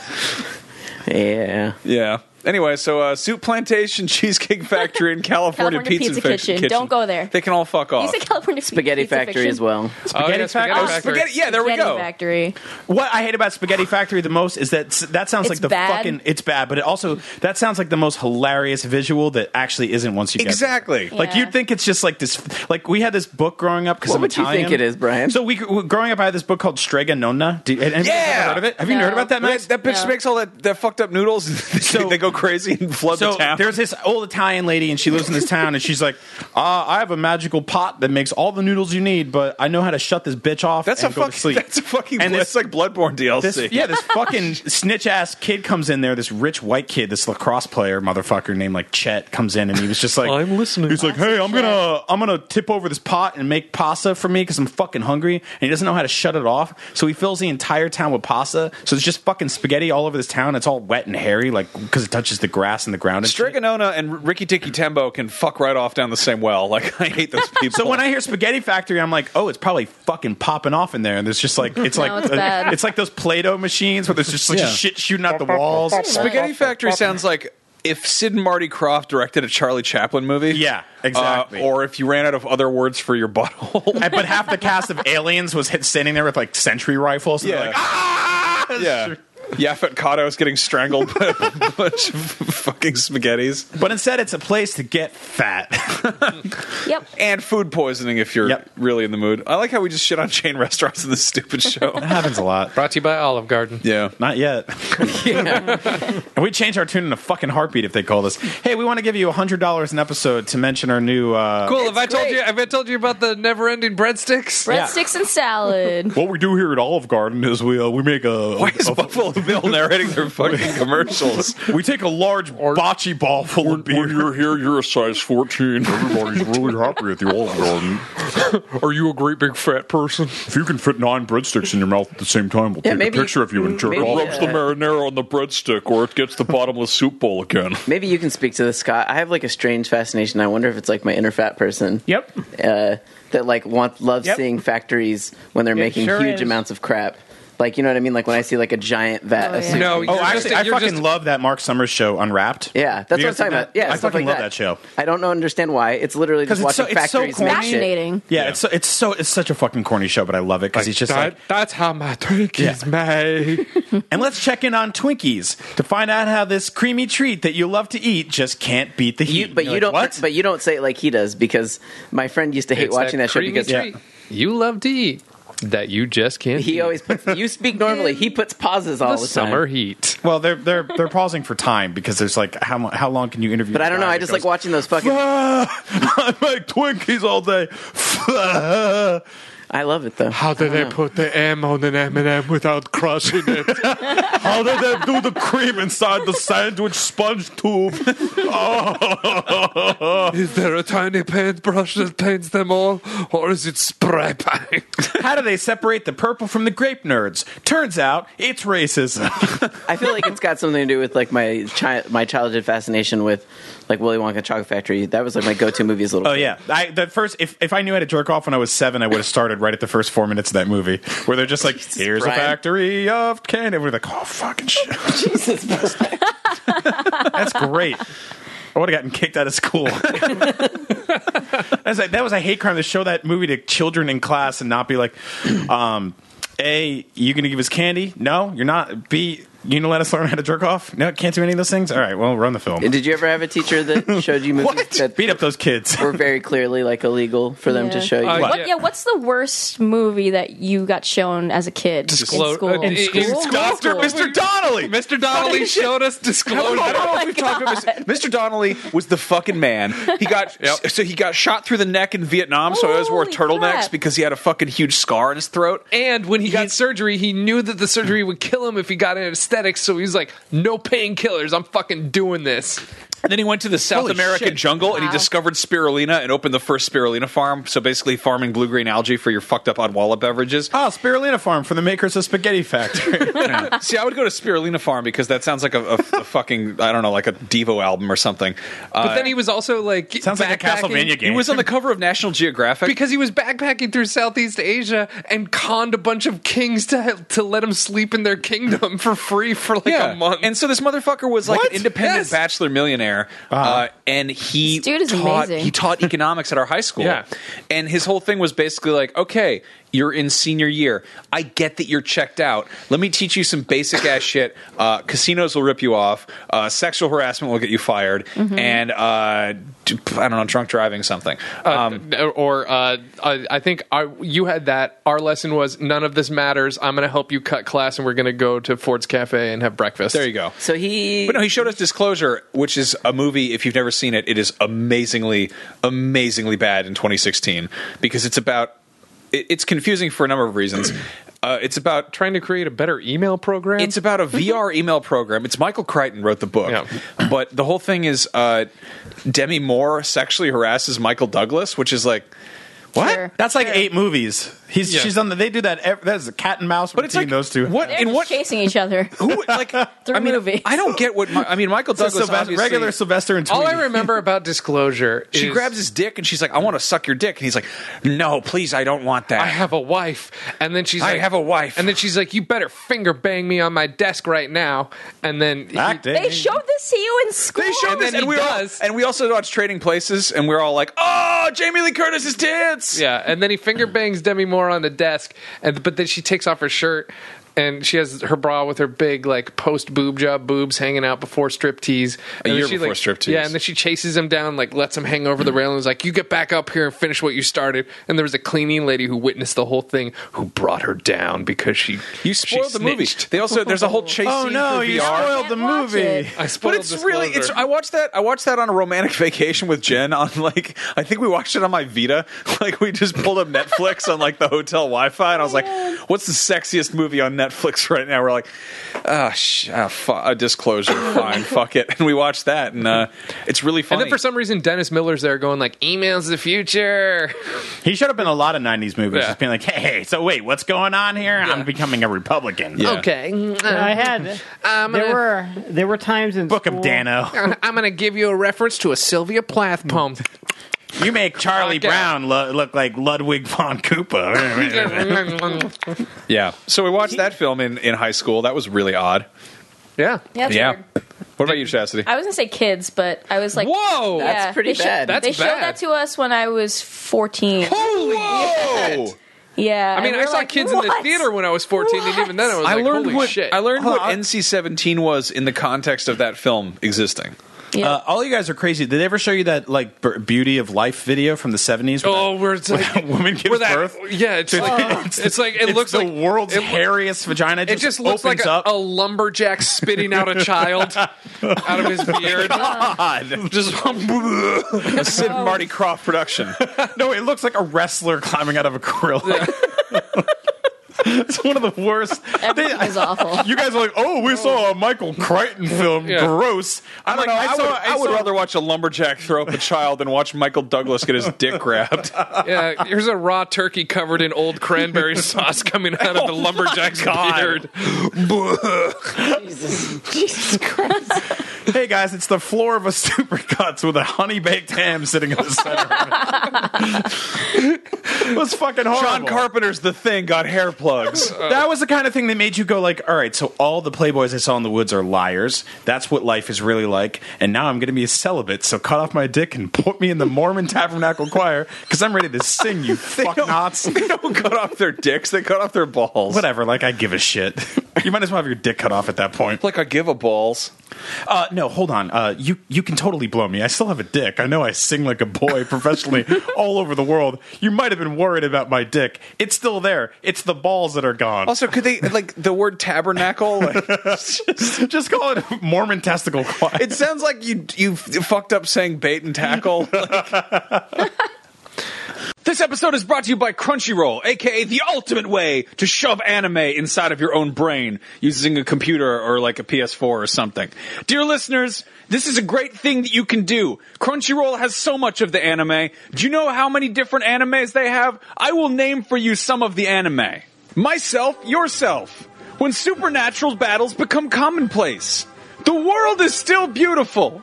yeah.
Yeah. Anyway, so uh, soup plantation, [laughs] cheesecake factory, and California,
California
pizza,
Pizza
fic-
Kitchen. Don't go there.
They can all fuck
You
off.
said California
Spaghetti
Pizza
factory
Fiction?
as well.
Oh, yeah,
Spaghetti
spaghetti
factory?
factory.
Spaghetti. Yeah, there we
Spaghetti
go.
Factory.
What I hate about Spaghetti Factory the most is that that sounds
It's
like the
bad.
fucking it's bad, but it also that sounds like the most hilarious visual that actually isn't once you get there.
Exactly.
Like
Yeah.
you'd think it's just like this. Like we had this book growing up because
What
I'm
would you
Italian.
think it is, Brian?
So we growing up, I had this book called Strega Nonna. Do, had anybody
Yeah!
ever heard of it? Have you
No.
heard about that,
That,
Max?
that bitch
No.
makes all that, that fucked up noodles. [laughs] so
So-
they go crazy and flood
so
the town.
there's this old Italian lady, and she lives in this town, and she's like, uh, "I have a magical pot that makes all the noodles you need, but I know how to shut this bitch off
That's
and
a
go to
fucking.
sleep."
That's a fucking.
And
that's
this-
like Bloodborne DLC.
this, yeah, this fucking snitch ass kid comes in there. This rich white kid, this lacrosse player motherfucker named like Chet comes in, and he was just like,
I'm listening.
He's like, hey, I'm gonna I'm gonna tip over this pot and make pasta for me because I'm fucking hungry, and he doesn't know how to shut it off, so he fills the entire town with pasta. So it's just fucking spaghetti all over this town. It's all wet and hairy, like because it touches the grass and the ground. And shit.
Striganona and Ricky Tikki Tembo can fuck right off down the same well. Like [laughs] I hate those people.
So when I hear Spaghetti Factory, I'm like, oh, it's probably fucking popping off in there, and there's
[laughs]
just like it's like
it's bad.
it's like those Play-Doh machines where there's just like
Yeah.
shit shooting out the walls.
Spaghetti Factory sounds like if Sid and Marty Croft directed a Charlie Chaplin movie.
[laughs] Yeah, exactly.
Uh, or if you ran out of other words for your butthole.
[laughs]
[laughs]
And- but half the cast of aliens was hit, standing there with like sentry rifles. And
Yeah.
they're like, ah!
yeah. Yaphet Kotto is getting strangled by a bunch of fucking spaghettis.
But instead, it's a place to get fat.
Yep.
And food poisoning if you're
Yep.
really in the mood. I like how we just shit on chain restaurants in this stupid
[laughs]
show.
[laughs] that happens a lot.
Brought to you by Olive Garden.
yeah.
Not [laughs] yet. [laughs] and we change our tune in a fucking heartbeat if they call us. Hey, we want to give you hundred dollars an episode to mention our new. Uh,
Cool. Have I told
great.
you? Have I told you about the never-ending breadsticks?
Breadsticks and salad.
What we do here at Olive Garden is we uh, we make a,
Why is Buffalo Bill narrating [laughs] their fucking commercials?
we take a large bocce ball full of
When you're here, you're a size 14. Everybody's really happy at the Olive Garden.
Are you a great big fat person?
If you can fit nine breadsticks in your mouth at the same time, we'll
Yeah,
take
maybe-
a picture of you and jerk
maybe,
off.
Rubs the uh,
marinara on the breadstick, or it gets the bottomless soup bowl again.
Maybe you can speak to this, Scott. I have like a strange fascination. I wonder if it's like my inner fat person.
Yep.
Uh, that like want loves
Yep.
seeing factories when they're making
sure
huge
is.
amounts of crap. Like you know what I mean? Like when I see like a giant vat
Oh,
of
yeah.
soup.
No,
Oh,
you're
actually,
just,
I
you're
fucking
just,
love that Mark Summers show, Unwrapped.
Yeah, that's what I'm
You guys see
talking about. Yeah,
I
stuff
fucking
like
love that show.
I don't know- understand why. It's literally
'Cause
just
it's so-
watching
it's so
factories make shit.
Fascinating.
Yeah, it's so it's so it's such a fucking corny show, but I love it because he's just
that,
like.
that's how my drink is [laughs] made.
And let's check in on Twinkies to find out how this creamy treat that you love to eat just can't beat the heat.
You, but
You're
you don't.
like, What?
But you don't say it like he does because my friend used to hate
It's
watching that, show
creamy
because
treat you love to eat that you just
[laughs]
can't.
he
eat
always puts. You speak normally. He puts pauses all
the
the, time.
summer heat.
well, they're they're they're pausing for time because there's like how mu- how long can you interview?
But
the
I don't know.
guy
I
that
just
goes,
like watching those fucking.
"Ah, [laughs] I make Twinkies all day. [laughs]
I love it though.
did
Uh-huh.
they put the M on an M and M without crushing it?
How did they do the cream inside the sandwich sponge tube?
is there a tiny paintbrush that paints them all, or is it spray paint?
How do [laughs] they separate the purple from the grape nerds? Turns out it's racism.
I feel like it's got something to do with like my chi- my childhood fascination with like Willy Wonka and Chocolate Factory. That was like my go to movie as a little.
[laughs] Oh yeah, I the first if, if I knew how to jerk off when I was seven, I would have started right at the first four minutes of that movie where they're
[laughs]
just like, "Here's
Brian.
a factory of candy." We're like, "Oh fucking shit,
[laughs] Jesus.
[laughs] that's great." I would have gotten kicked out of school. [laughs] That's like, that was a hate crime to show that movie to children in [clears throat] class and not be like, um, "A, you gonna give us candy? No, you're not. B, You gonna let us learn how to jerk off? No, can't do any of those things. All right, well, run the film.
Did you ever have a teacher that showed you movies
What?
[laughs] that
Beat up those kids.
were very clearly like illegal for them to
Yeah.
show you?
Uh,
What,
Yeah.
yeah. what's the worst movie that you got shown as a kid
Disclo-
in school?
uh, in- in
School?
school?
Doctor,
School.
Mr. Donnelly.
Mr. Donnelly showed us disclosure.
Oh
[laughs]
I don't know if we've talked about Mr. Mr. Donnelly was the fucking man. He got
Yep.
so he got shot through the neck in Vietnam, so I always wore
Holy
turtlenecks
crap.
because he had a fucking huge scar in his throat.
And when he got surgery, he knew that the surgery would kill him if he got anesthetics. So he's like, "No painkillers. I'm fucking doing this."
And then he went to the South
Holy
American
shit.
jungle and he
Wow.
discovered spirulina and opened the first spirulina farm. So basically, farming blue green algae for your fucked up Odwalla beverages.
Oh, Spirulina Farm for the makers of Spaghetti Factory.
[laughs] See, I would go to Spirulina Farm because that sounds like a, a, a fucking I don't know, like a Devo album or something. Uh,
But then he was also like,
Sounds like a
backpacking-
Castlevania
he
game.
was on the cover of National Geographic.
because he was backpacking through Southeast Asia and conned a bunch of kings to to let him sleep in their kingdom [laughs] for free for like a month.
And so this motherfucker was like
What?
an independent
Yes.
bachelor millionaire, uh
Uh-huh.
and he
This dude is
taught
amazing.
he taught economics at our high school.
Yeah.
and his whole thing was basically like, okay, you're in senior year. I get that you're checked out. Let me teach you some basic ass shit. Uh, casinos will rip you off. Uh, sexual harassment will get you fired,
Mm-hmm.
and uh, d- I don't know, drunk driving something. Um,
Uh, or uh, I, I think our, you had that. Our lesson was none of this matters. I'm going to help you cut class, and we're going to go to Ford's Cafe and have breakfast.
there you go.
so he,
But no, he showed us Disclosure, which is a movie. If you've never seen it, it is amazingly, amazingly bad in 2016 because it's about. It, it's confusing for a number of reasons. [clears throat] Uh, it's about
Trying to create a better email program.
it's about
Mm-hmm.
a VR email program. It's Michael Crichton wrote the book,
Yeah.
but the whole thing is uh, Demi Moore sexually harasses Michael Douglas, which is like what?
[laughs] Sure.
That's like eight movies. He's
Yeah.
she's on the. They do that. Ev- that's a cat and mouse
But it's
between
like
those two.
What
They're
in
just
what?
chasing each other.
Who
[laughs]
like? I mean,
movies.
I don't get what. My, I mean, Michael
It's a
Douglas
Sylvester-
obviously-
regular Sylvester and Tweety.
all I remember about [laughs] disclosure.
She
is
grabs his dick and she's like, "I want to suck your dick," and he's like, "No, please, I don't want that."
I have a wife, and then she's.
I
like,
have a wife.
and then she's like, "You better finger bang me on my desk right now." And then he-
Acting.
They showed this to you in school.
They showed
And
this,
then
and
he
we were all,
does.
and we also watched Trading Places, and we are all like, "Oh, Jamie Lee Curtis's tits!"
Yeah, and then
[clears throat]
he finger bangs Demi Moore on the desk, and but then she takes off her shirt and she has her bra with her big like post boob job boobs hanging out before striptease.
A
And then
year
she,
before
like-
striptease.
Yeah, and then she chases him down, like lets him hang over the rail, and is like, "You get back up here and finish what you started." And there was a cleaning lady who witnessed the whole thing, who brought her down because she
you
she
spoiled the movie.
snitched.
They also there's a whole
[laughs]
chase
Oh
scene
no!
for
You
VR.
spoiled the
Can't watch
movie.
it.
I spoiled
but it's really it's
Disclosure.
I watched that I watched that on a romantic [laughs] vacation with Jen on like I think we watched it on my Vita [laughs] like we just pulled up Netflix on like the hotel Wi-Fi and I was like what's the sexiest movie on Netflix right now we're like ah sh- ah, fu- ah, disclosure [coughs] fine fuck it and we watched that and uh, it's really funny
and then for some reason, Dennis Miller's there going like, "Emails the future."
He showed up in a lot of '90s movies,
Yeah.
just being like, "Hey, so wait, what's going on here? I'm becoming a Republican."
Yeah.
Okay,
I had. there were there were times in
Book
school,
of Dano.
I'm going to give you a reference to a Sylvia Plath poem.
You make Charlie
Fuck yeah.
Brown lo- look like Ludwig von
[laughs]
Koopa.
yeah so we watched that film in in high school that was really odd
yeah.
Yeah, that's
yeah
weird.
what about you Chastity
I was gonna say kids, but I was like,
Whoa!
Yeah,
That's pretty
they sho-
bad.
That's
they showed
bad.
that to us when I was fourteen.
Holy
Whoa!
Yeah,
I mean,
and
I
we're
saw
like,
kids in the
"What?"
theater when I was 14, and
What?
even then I was like, holy
what
shit.
I learned
Hold
what
on, I-
NC-17 was in the context of that film existing.
Yeah.
uh, all you guys are crazy. Did they ever show you that like b- Beauty of Life video from the '70s? where
Oh,
that-
we're it's like,
[laughs] woman gives
we're that,
birth.
Yeah, it's like, [laughs] it's, like it
It's
looks
the
like
world's
it,
hairiest vagina.
It just looks like
opens
a,
up.
a lumberjack spitting out a child out of his
[laughs]
beard.
God.
Just a Sid and Marty Croft production.
No, it looks like a wrestler climbing out of a
[laughs]
gorilla. it's one of the worst.
Everything
They-
was awful.
You guys are like, oh, we saw a Michael Crichton film.
Yeah.
Gross.
I'm like, I,
saw-
would, I would
saw-
rather watch a lumberjack throw up a child than watch Michael Douglas get his dick [laughs] grabbed.
Yeah, here's a raw turkey covered in old cranberry [laughs] sauce coming out of the lumberjack's
God.
beard.
[laughs] Hey guys, it's the floor of a [laughs] supercuts with a honey baked ham sitting in the center. of it. [laughs] it was fucking horrible.
John Carpenter's The Thing got hair
plugs. [laughs] that was the kind of thing that made you go like, all right, so all the playboys I saw in the woods are liars. That's what life is really like. And now I'm going to be a celibate. So cut off my dick and put me in the Mormon [laughs] Tabernacle Choir because I'm ready to sing. You fuck
[laughs]
knots.
[laughs] they don't cut off their dicks; they cut off their balls.
Whatever. Like I give a shit. [laughs] You might as well have your dick cut off at that point.
Like I give a balls.
Uh, no, hold on. Uh, you you can totally blow me. I still have a dick. I know I sing like a boy [laughs] professionally all over the world. You might have been worried about my dick. It's still there. It's the balls that are gone.
Also, could they like the word tabernacle? [laughs] Like,
[laughs] just call it Mormon testicle choir.
it sounds like you you fucked up saying bait and [laughs] tackle. Like- This episode is brought to you by Crunchyroll, aka the ultimate way to shove anime inside of your own brain using a computer or like a PS4 or something. Dear listeners, this is a great thing that you can do. Crunchyroll has so much of the anime. Do you know how many different animes they have? I will name for you some of the anime. Myself, yourself. When supernatural battles become commonplace, the world is still beautiful.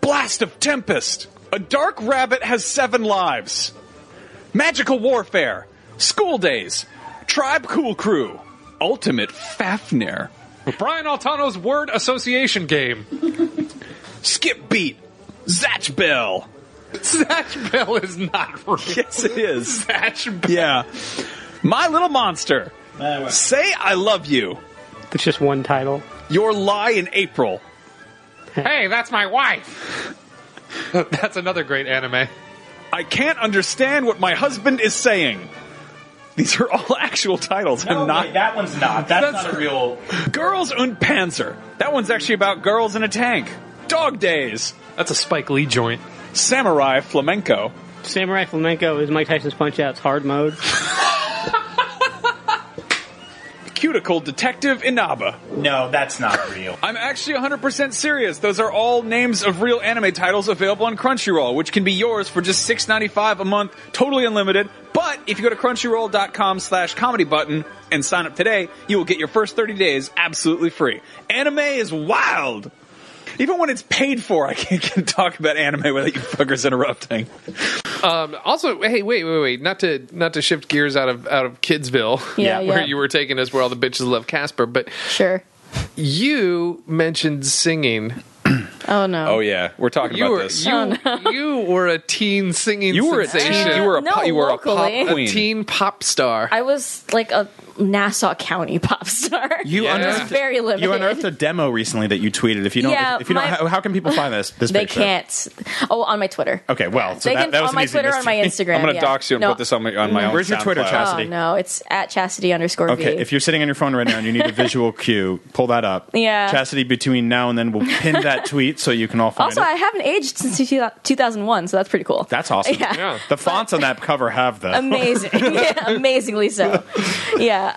Blast of Tempest. A dark rabbit has seven lives. Magical Warfare. School Days. Tribe Cool Crew. Ultimate Fafnir.
Brian Altano's word
[laughs]
association game.
Skip Beat. Zatch Bell. [laughs]
Satch Bell is not real.
Yes, it is.
Satch Bell.
Yeah. My Little Monster. Say I Love You.
That's just one title.
Your Lie in April.
Hey, that's my wife. that's another great anime.
I can't understand what my husband is saying. These are all [laughs] actual titles. I'm not
Oh, that one's not. That's, not a real.
Girls und Panzer. That one's actually about girls in a tank. Dog Days.
That's a Spike Lee joint.
Samurai Flamenco.
Samurai Flamenco is Mike Tyson's Punch Out's hard mode.
Cuticle Detective Inaba.
No, that's not real.
I'm actually 100% serious. Those are all names of real anime titles available on Crunchyroll, which can be yours for just $6.95 a month, totally unlimited. But if you go to crunchyroll.com slash comedy button and sign up today, you will get your first 30 days absolutely free. Anime is wild! Even when it's paid for, I can't get to talk about anime without you fuckers interrupting.
Um, also, hey, wait, wait, wait! Not to not to shift gears out of out of Kidsville,
Yeah,
[laughs] where
yeah.
you were taking us, where all the bitches love Casper. But
Sure.
you mentioned singing.
Oh no.
yeah, we're talking
You were you,
Oh,
[laughs] you were a teen singing.
You were a teen.
sensation.
You were a
No,
pop- you were a pop
locally.
a
queen.
teen pop star.
I was like a Nassau County [laughs] pop star.
You
Yeah.
It was
unearthed
very limited.
You unearthed a demo recently that you tweeted. If you don't,
Yeah,
if you don't,
my-
how, how can people find this? This
they
picture?
can't. Oh, on my Twitter.
Okay, well, so
they
that,
can
that was
on
an
my
easy
Twitter, on my
mystery. [laughs]
Instagram.
I'm gonna
yeah.
dox you and
No,
put this on my on my own.
Where's your Twitter,
SoundCloud.
Oh
Chastity?
no, it's at chastity underscore
Okay,
v.
if you're sitting on your phone right now and you need a
[laughs]
visual cue, pull that up.
Yeah.
Chastity between now and then will pin
[laughs]
that tweet so you can all find
also,
it.
I haven't aged since two- 2001, so that's pretty cool.
That's awesome.
[laughs] Yeah. Um,
The fonts on that cover have the
amazing [laughs] yeah, amazingly so yeah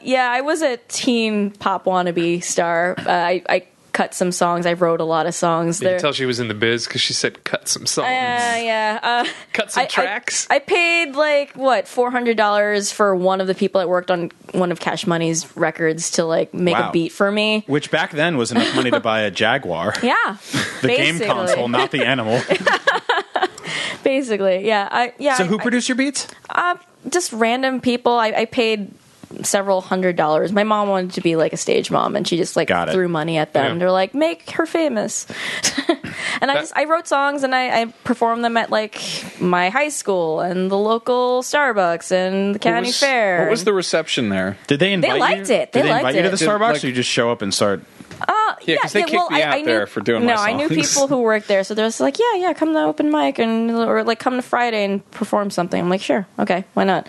uh yeah i was a teen pop wannabe star uh, i i cut some songs i wrote a lot of songs
you
there
can tell she was in the biz because she said cut some songs,
yeah, yeah. Uh,
cut
I,
some
I-
tracks.
I, paid like what four hundred dollars for one of the people that worked on one of Cash Money's records to like make
Wow.
a beat for me.
which back then was enough money to buy a Jaguar.
Yeah,
The game console, not the
[laughs]
animal.
Basically, yeah. I yeah.
so
I-
who
I-
produced your beats?
Uh, just random people. I, I paid several hundred dollars. My mom wanted to be like a stage mom, and she just like
Got it.
threw money at them.
Yeah.
They're like, make her famous. [laughs] and I just I wrote songs and I, I performed them at like my high school and the local Starbucks and the county fair.
What was the reception there?
Did they invite
liked
you?
it. They
Did they
liked
invite you to the
it.
Starbucks
Like-
or you just show up and start
Yeah, 'cause they kicked me out there for doing
no,
my
I knew
songs.
people who worked there, so they're just like, yeah, yeah, come to open mic and or like come to Friday and perform something. I'm like, sure, okay, why not?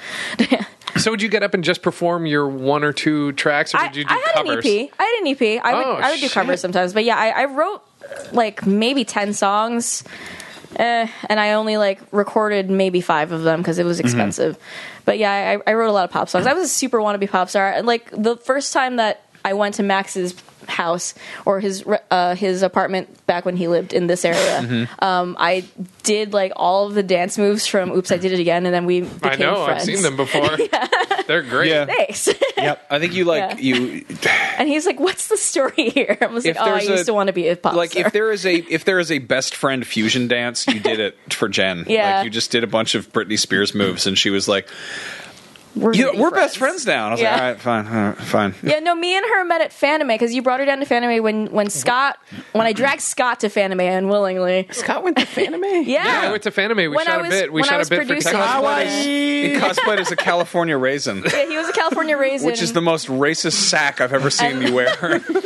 so would you get up and just perform your one or two tracks, or
I,
did you do
I had
covers?
an E EP. I had an EP. I would
Oh,
I would do
shit.
covers sometimes, but yeah, I, I wrote like maybe ten songs, eh, and I only like recorded maybe five of them because it
Mm-hmm.
was expensive. But yeah, I, I wrote a lot of pop songs. I was a super wannabe pop star. And, Like the first time that I went to Max's house or his re- uh, his apartment back when he lived in this
[laughs]
area,
Mm-hmm.
um, I did like all of the dance moves from Oops, I Did It Again, and then we became
I know.
friends.
I've seen them
[laughs]
before. They're great.
Yeah.
Thanks.
I think you like
Yeah.
you
And he's like, "What's the story here?" I was
If
like, "Oh, I
there's a-
used to want to be a pop
like
star."
if there is a if there is a best friend fusion dance, you did it for Jen. [laughs]
Yeah.
like you just did a bunch of Britney Spears moves, and she was like,
We're,
You
gonna
know,
be
we're best friends now. And I was like,
Yeah.
all right, fine, all right, fine.
Yeah, no, me and her met at Fanime because you brought her down to Fanime when when Scott when I dragged Scott to Fanime unwillingly.
Scott went to Fanime.
Yeah,
I went to Fanime. We
When I
shot
was-
a bit. We
when I
shot a
was
bit for
producing-
Texas.
He cosplayed as a California [laughs] raisin,
Yeah, he was a California raisin,
which is the most racist sack I've ever seen you wear.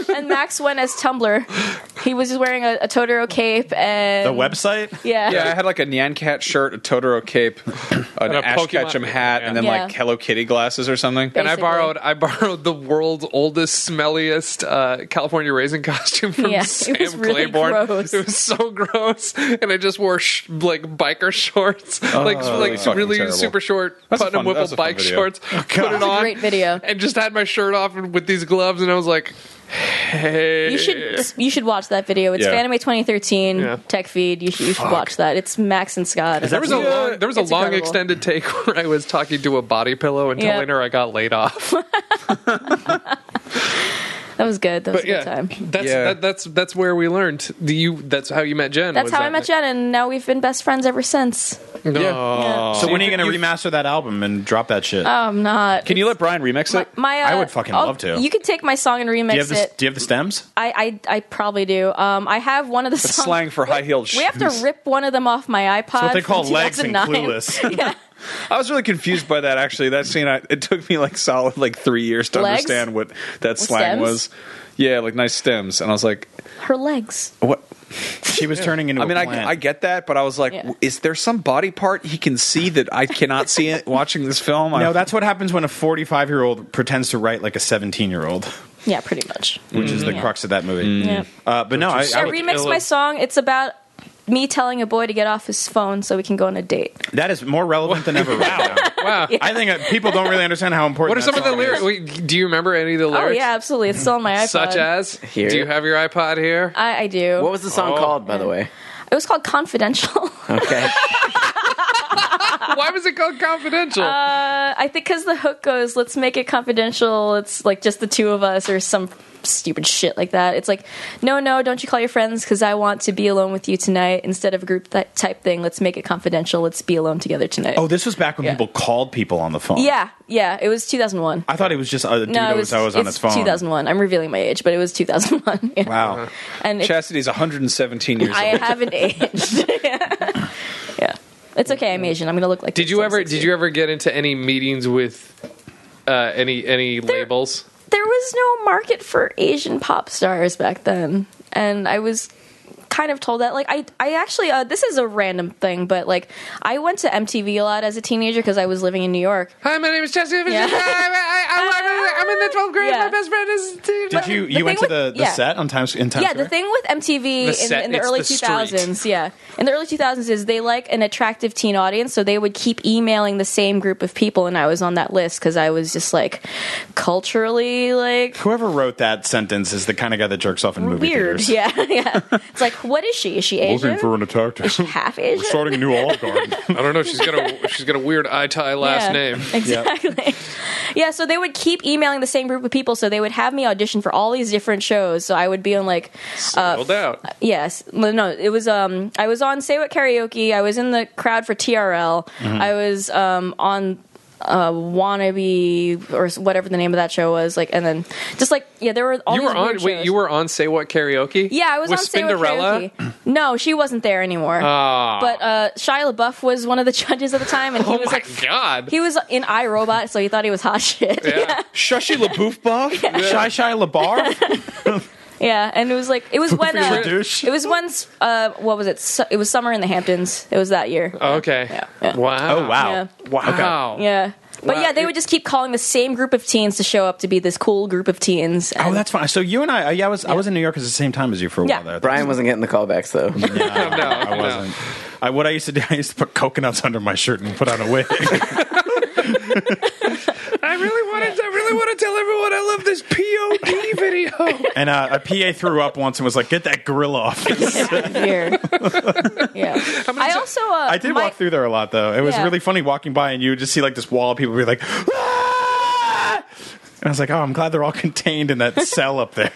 and Max went as Tumblr. He was just wearing a, a Totoro cape and
The website?
[laughs]
Yeah,
Yeah, I had like a Nyan Cat shirt, a Totoro cape, an
a
Ash
Pokemon-
Ketchum hat, and then
Yeah.
like Hello Kitty glasses or something.
And I
basically.
borrowed I borrowed the world's oldest, smelliest uh, California raisin [laughs] costume from
Yeah, it
Sam
was really
Claiborne.
gross.
It was so gross, and I just wore sh- like biker shorts, like like
Oh, fucking
really
terrible.
super short
That's a
Putnam
fun- that was
Whipple
a fun
bike
video. Oh,
shorts. put it
was a
on,
great video.
and just had my shirt off and- with these gloves, and I was like, "Hey,
You should you should watch that video. It's
Yeah.
Fanime 2013
Yeah.
tech feed. You should, you should watch that. It's Max and Scott.
There was a long, there was a
It's
long
incredible.
extended take [laughs] where I was talking to a body pillow and
Yeah.
telling her I got laid off.
that was good. That was
But
a good
yeah,
time.
that's
Yeah.
That, that's that's where we learned. Do you? That's how you met Jen.
That's
was
how
that
I met Jen, and now we've been best friends ever since.
No.
Yeah.
So when are you going to remaster that album and drop that shit?
I'm not.
Can you let Brian remix it?
my,
I
uh,
would fucking love to.
You could take my song and remix
do you have the
it. Uh,
do you have the stems?
I, I I probably do. Um, I have one of the
That's
songs.
slang for high heeled shoes.
[laughs] we have to rip one of them off my iPod.
what they
from
call legs and
2009.
clueless.
yeah.
I was really confused by that actually. That scene, I, it took me like solid like three years to
Legs?
understand what that slang
stems?
was. Yeah, like nice stems, and I was like,
Her legs.
what?
[laughs] She was turning into.
I mean,
a
I,
plant.
I get that, but I was like,
Yeah.
is there some body part he can see that I cannot see it watching this film? I-
No, that's what happens when a 45 year old pretends to write like a 17 year old,
Yeah, pretty much.
which is the
Yeah.
crux of that movie.
Yeah.
Uh, but no, I,
I
Mm. I would-
remixed my song. It's about me telling a boy to get off his phone so we can go on a date.
that is more relevant than ever. Wow.
[laughs]
Wow.
I think uh, people don't really understand how important.
What are
that
some of the
song
lyrics?
is.
Wait, do you remember any of the
Oh
lyrics?
yeah, absolutely. It's still on my iPod.
[laughs] Such as,
Here.
do you have your iPod here?
I, I do.
What was the song
Oh.
called, by the way?
it was called Confidential. [laughs]
Okay.
Why was it called confidential?
Uh, I think because the hook goes, let's make it confidential. It's like just the two of us or some stupid shit like that. It's like, no, no, don't you call your friends because I want to be alone with you tonight instead of a group that type thing. Let's make it confidential. Let's be alone together tonight.
Oh, this was back when
Yeah.
people called people on the phone.
yeah, yeah. It was 2001.
I thought it was just a dude
no,
that
it
was,
was,
I was on
it's
his phone.
2001. I'm revealing my age, but it was 2001. [laughs] Yeah.
Wow.
And it,
Chastity's 117 years
I
old.
haven't aged. [laughs] yeah. yeah. It's okay. I'm Asian. I'm gonna look like.
did
this
you
till I'm
ever?
60.
Did you ever get into any meetings with uh, any any labels?
there was no market for Asian pop stars back then, and I was kind of told that like I I actually uh, this is a random thing, but like I went to MTV a lot as a teenager because I was living in New York.
Hi, my name is Jesse.
Yeah.
I, I, am in the 12th grade.
Yeah.
My best friend is Steve.
Did you you
the
went to
thing
the,
with-
the
yeah.
set on Times in Times
Yeah,
Square?
the thing with MTV in,
set,
in the
it's
early
Oh, the street.
2000s, yeah, in the early 2000s is they like an attractive teen audience, so they would keep emailing the same group of people, and I was on that list because I was just like culturally like
Whoever wrote that sentence is the kind of guy that jerks off in movie
weird.
theaters.
[laughs] Yeah, yeah. It's like, what is she? Is she Asian?
an attractive.
is she half Asian?
a new Olive Garden.
I don't know. She's got a she's got a weird eye tie last
Yeah, [laughs]
name.
Exactly. yeah, so they would keep emailing the same group of people, so they would have me audition for all these different shows. So I would be on like Uh,
Sold out.
yes, no, it was um I was on Say What Karaoke, I was in the crowd for TRL.
Mm-hmm.
I was um on uh wannabe or whatever the name of that show was like and then just like yeah there were all
You
these
were on.
weird
Wait,
shows.
you were on. Say what karaoke?
yeah i was
With
on
Spinderella.
Say What Karaoke. no she wasn't there anymore
Ah.
but uh shia labeouf was one of the [laughs] judges at the time and he
oh
was
my
like
god.
he was in iRobot, so he thought he was hot [laughs] shit. Yeah.
yeah.
Shushy LaBouffe Boff?
Shy Shy
[laughs]
LaBar?
and it was like
[laughs]
it was when
Goofy
uh,
little douche.
it was once uh, what was it? Su- it was summer in the Hamptons. It was that year.
Oh, Okay.
yeah.
Wow.
Oh, wow.
Yeah.
Wow.
Wow.
Yeah, but
Wow.
yeah, they would just keep calling the same group of teens to show up to be this cool group of teens.
Oh,
and-
that's fine. So you and I, yeah, I was I was in New York at the same time as you for a
Yeah.
while
[laughs]
there.
Brian wasn't getting the callbacks though.
No, [laughs] no,
I wasn't. I, what I used to do, [laughs] I used to put coconuts under my shirt and put on a
[laughs]
wig.
I really wanted. I really want to tell everyone I love this POD video.
and uh, a PA threw up once and was like, "Get that gorilla off."
Here.
[laughs]
yeah. I also uh,
I did
my-
walk through there a lot though. It was
Yeah.
really funny walking by, and you would just see like this wall of people be like. "Ah!" And I was like, oh, I'm [laughs] glad they're all contained in that cell up there.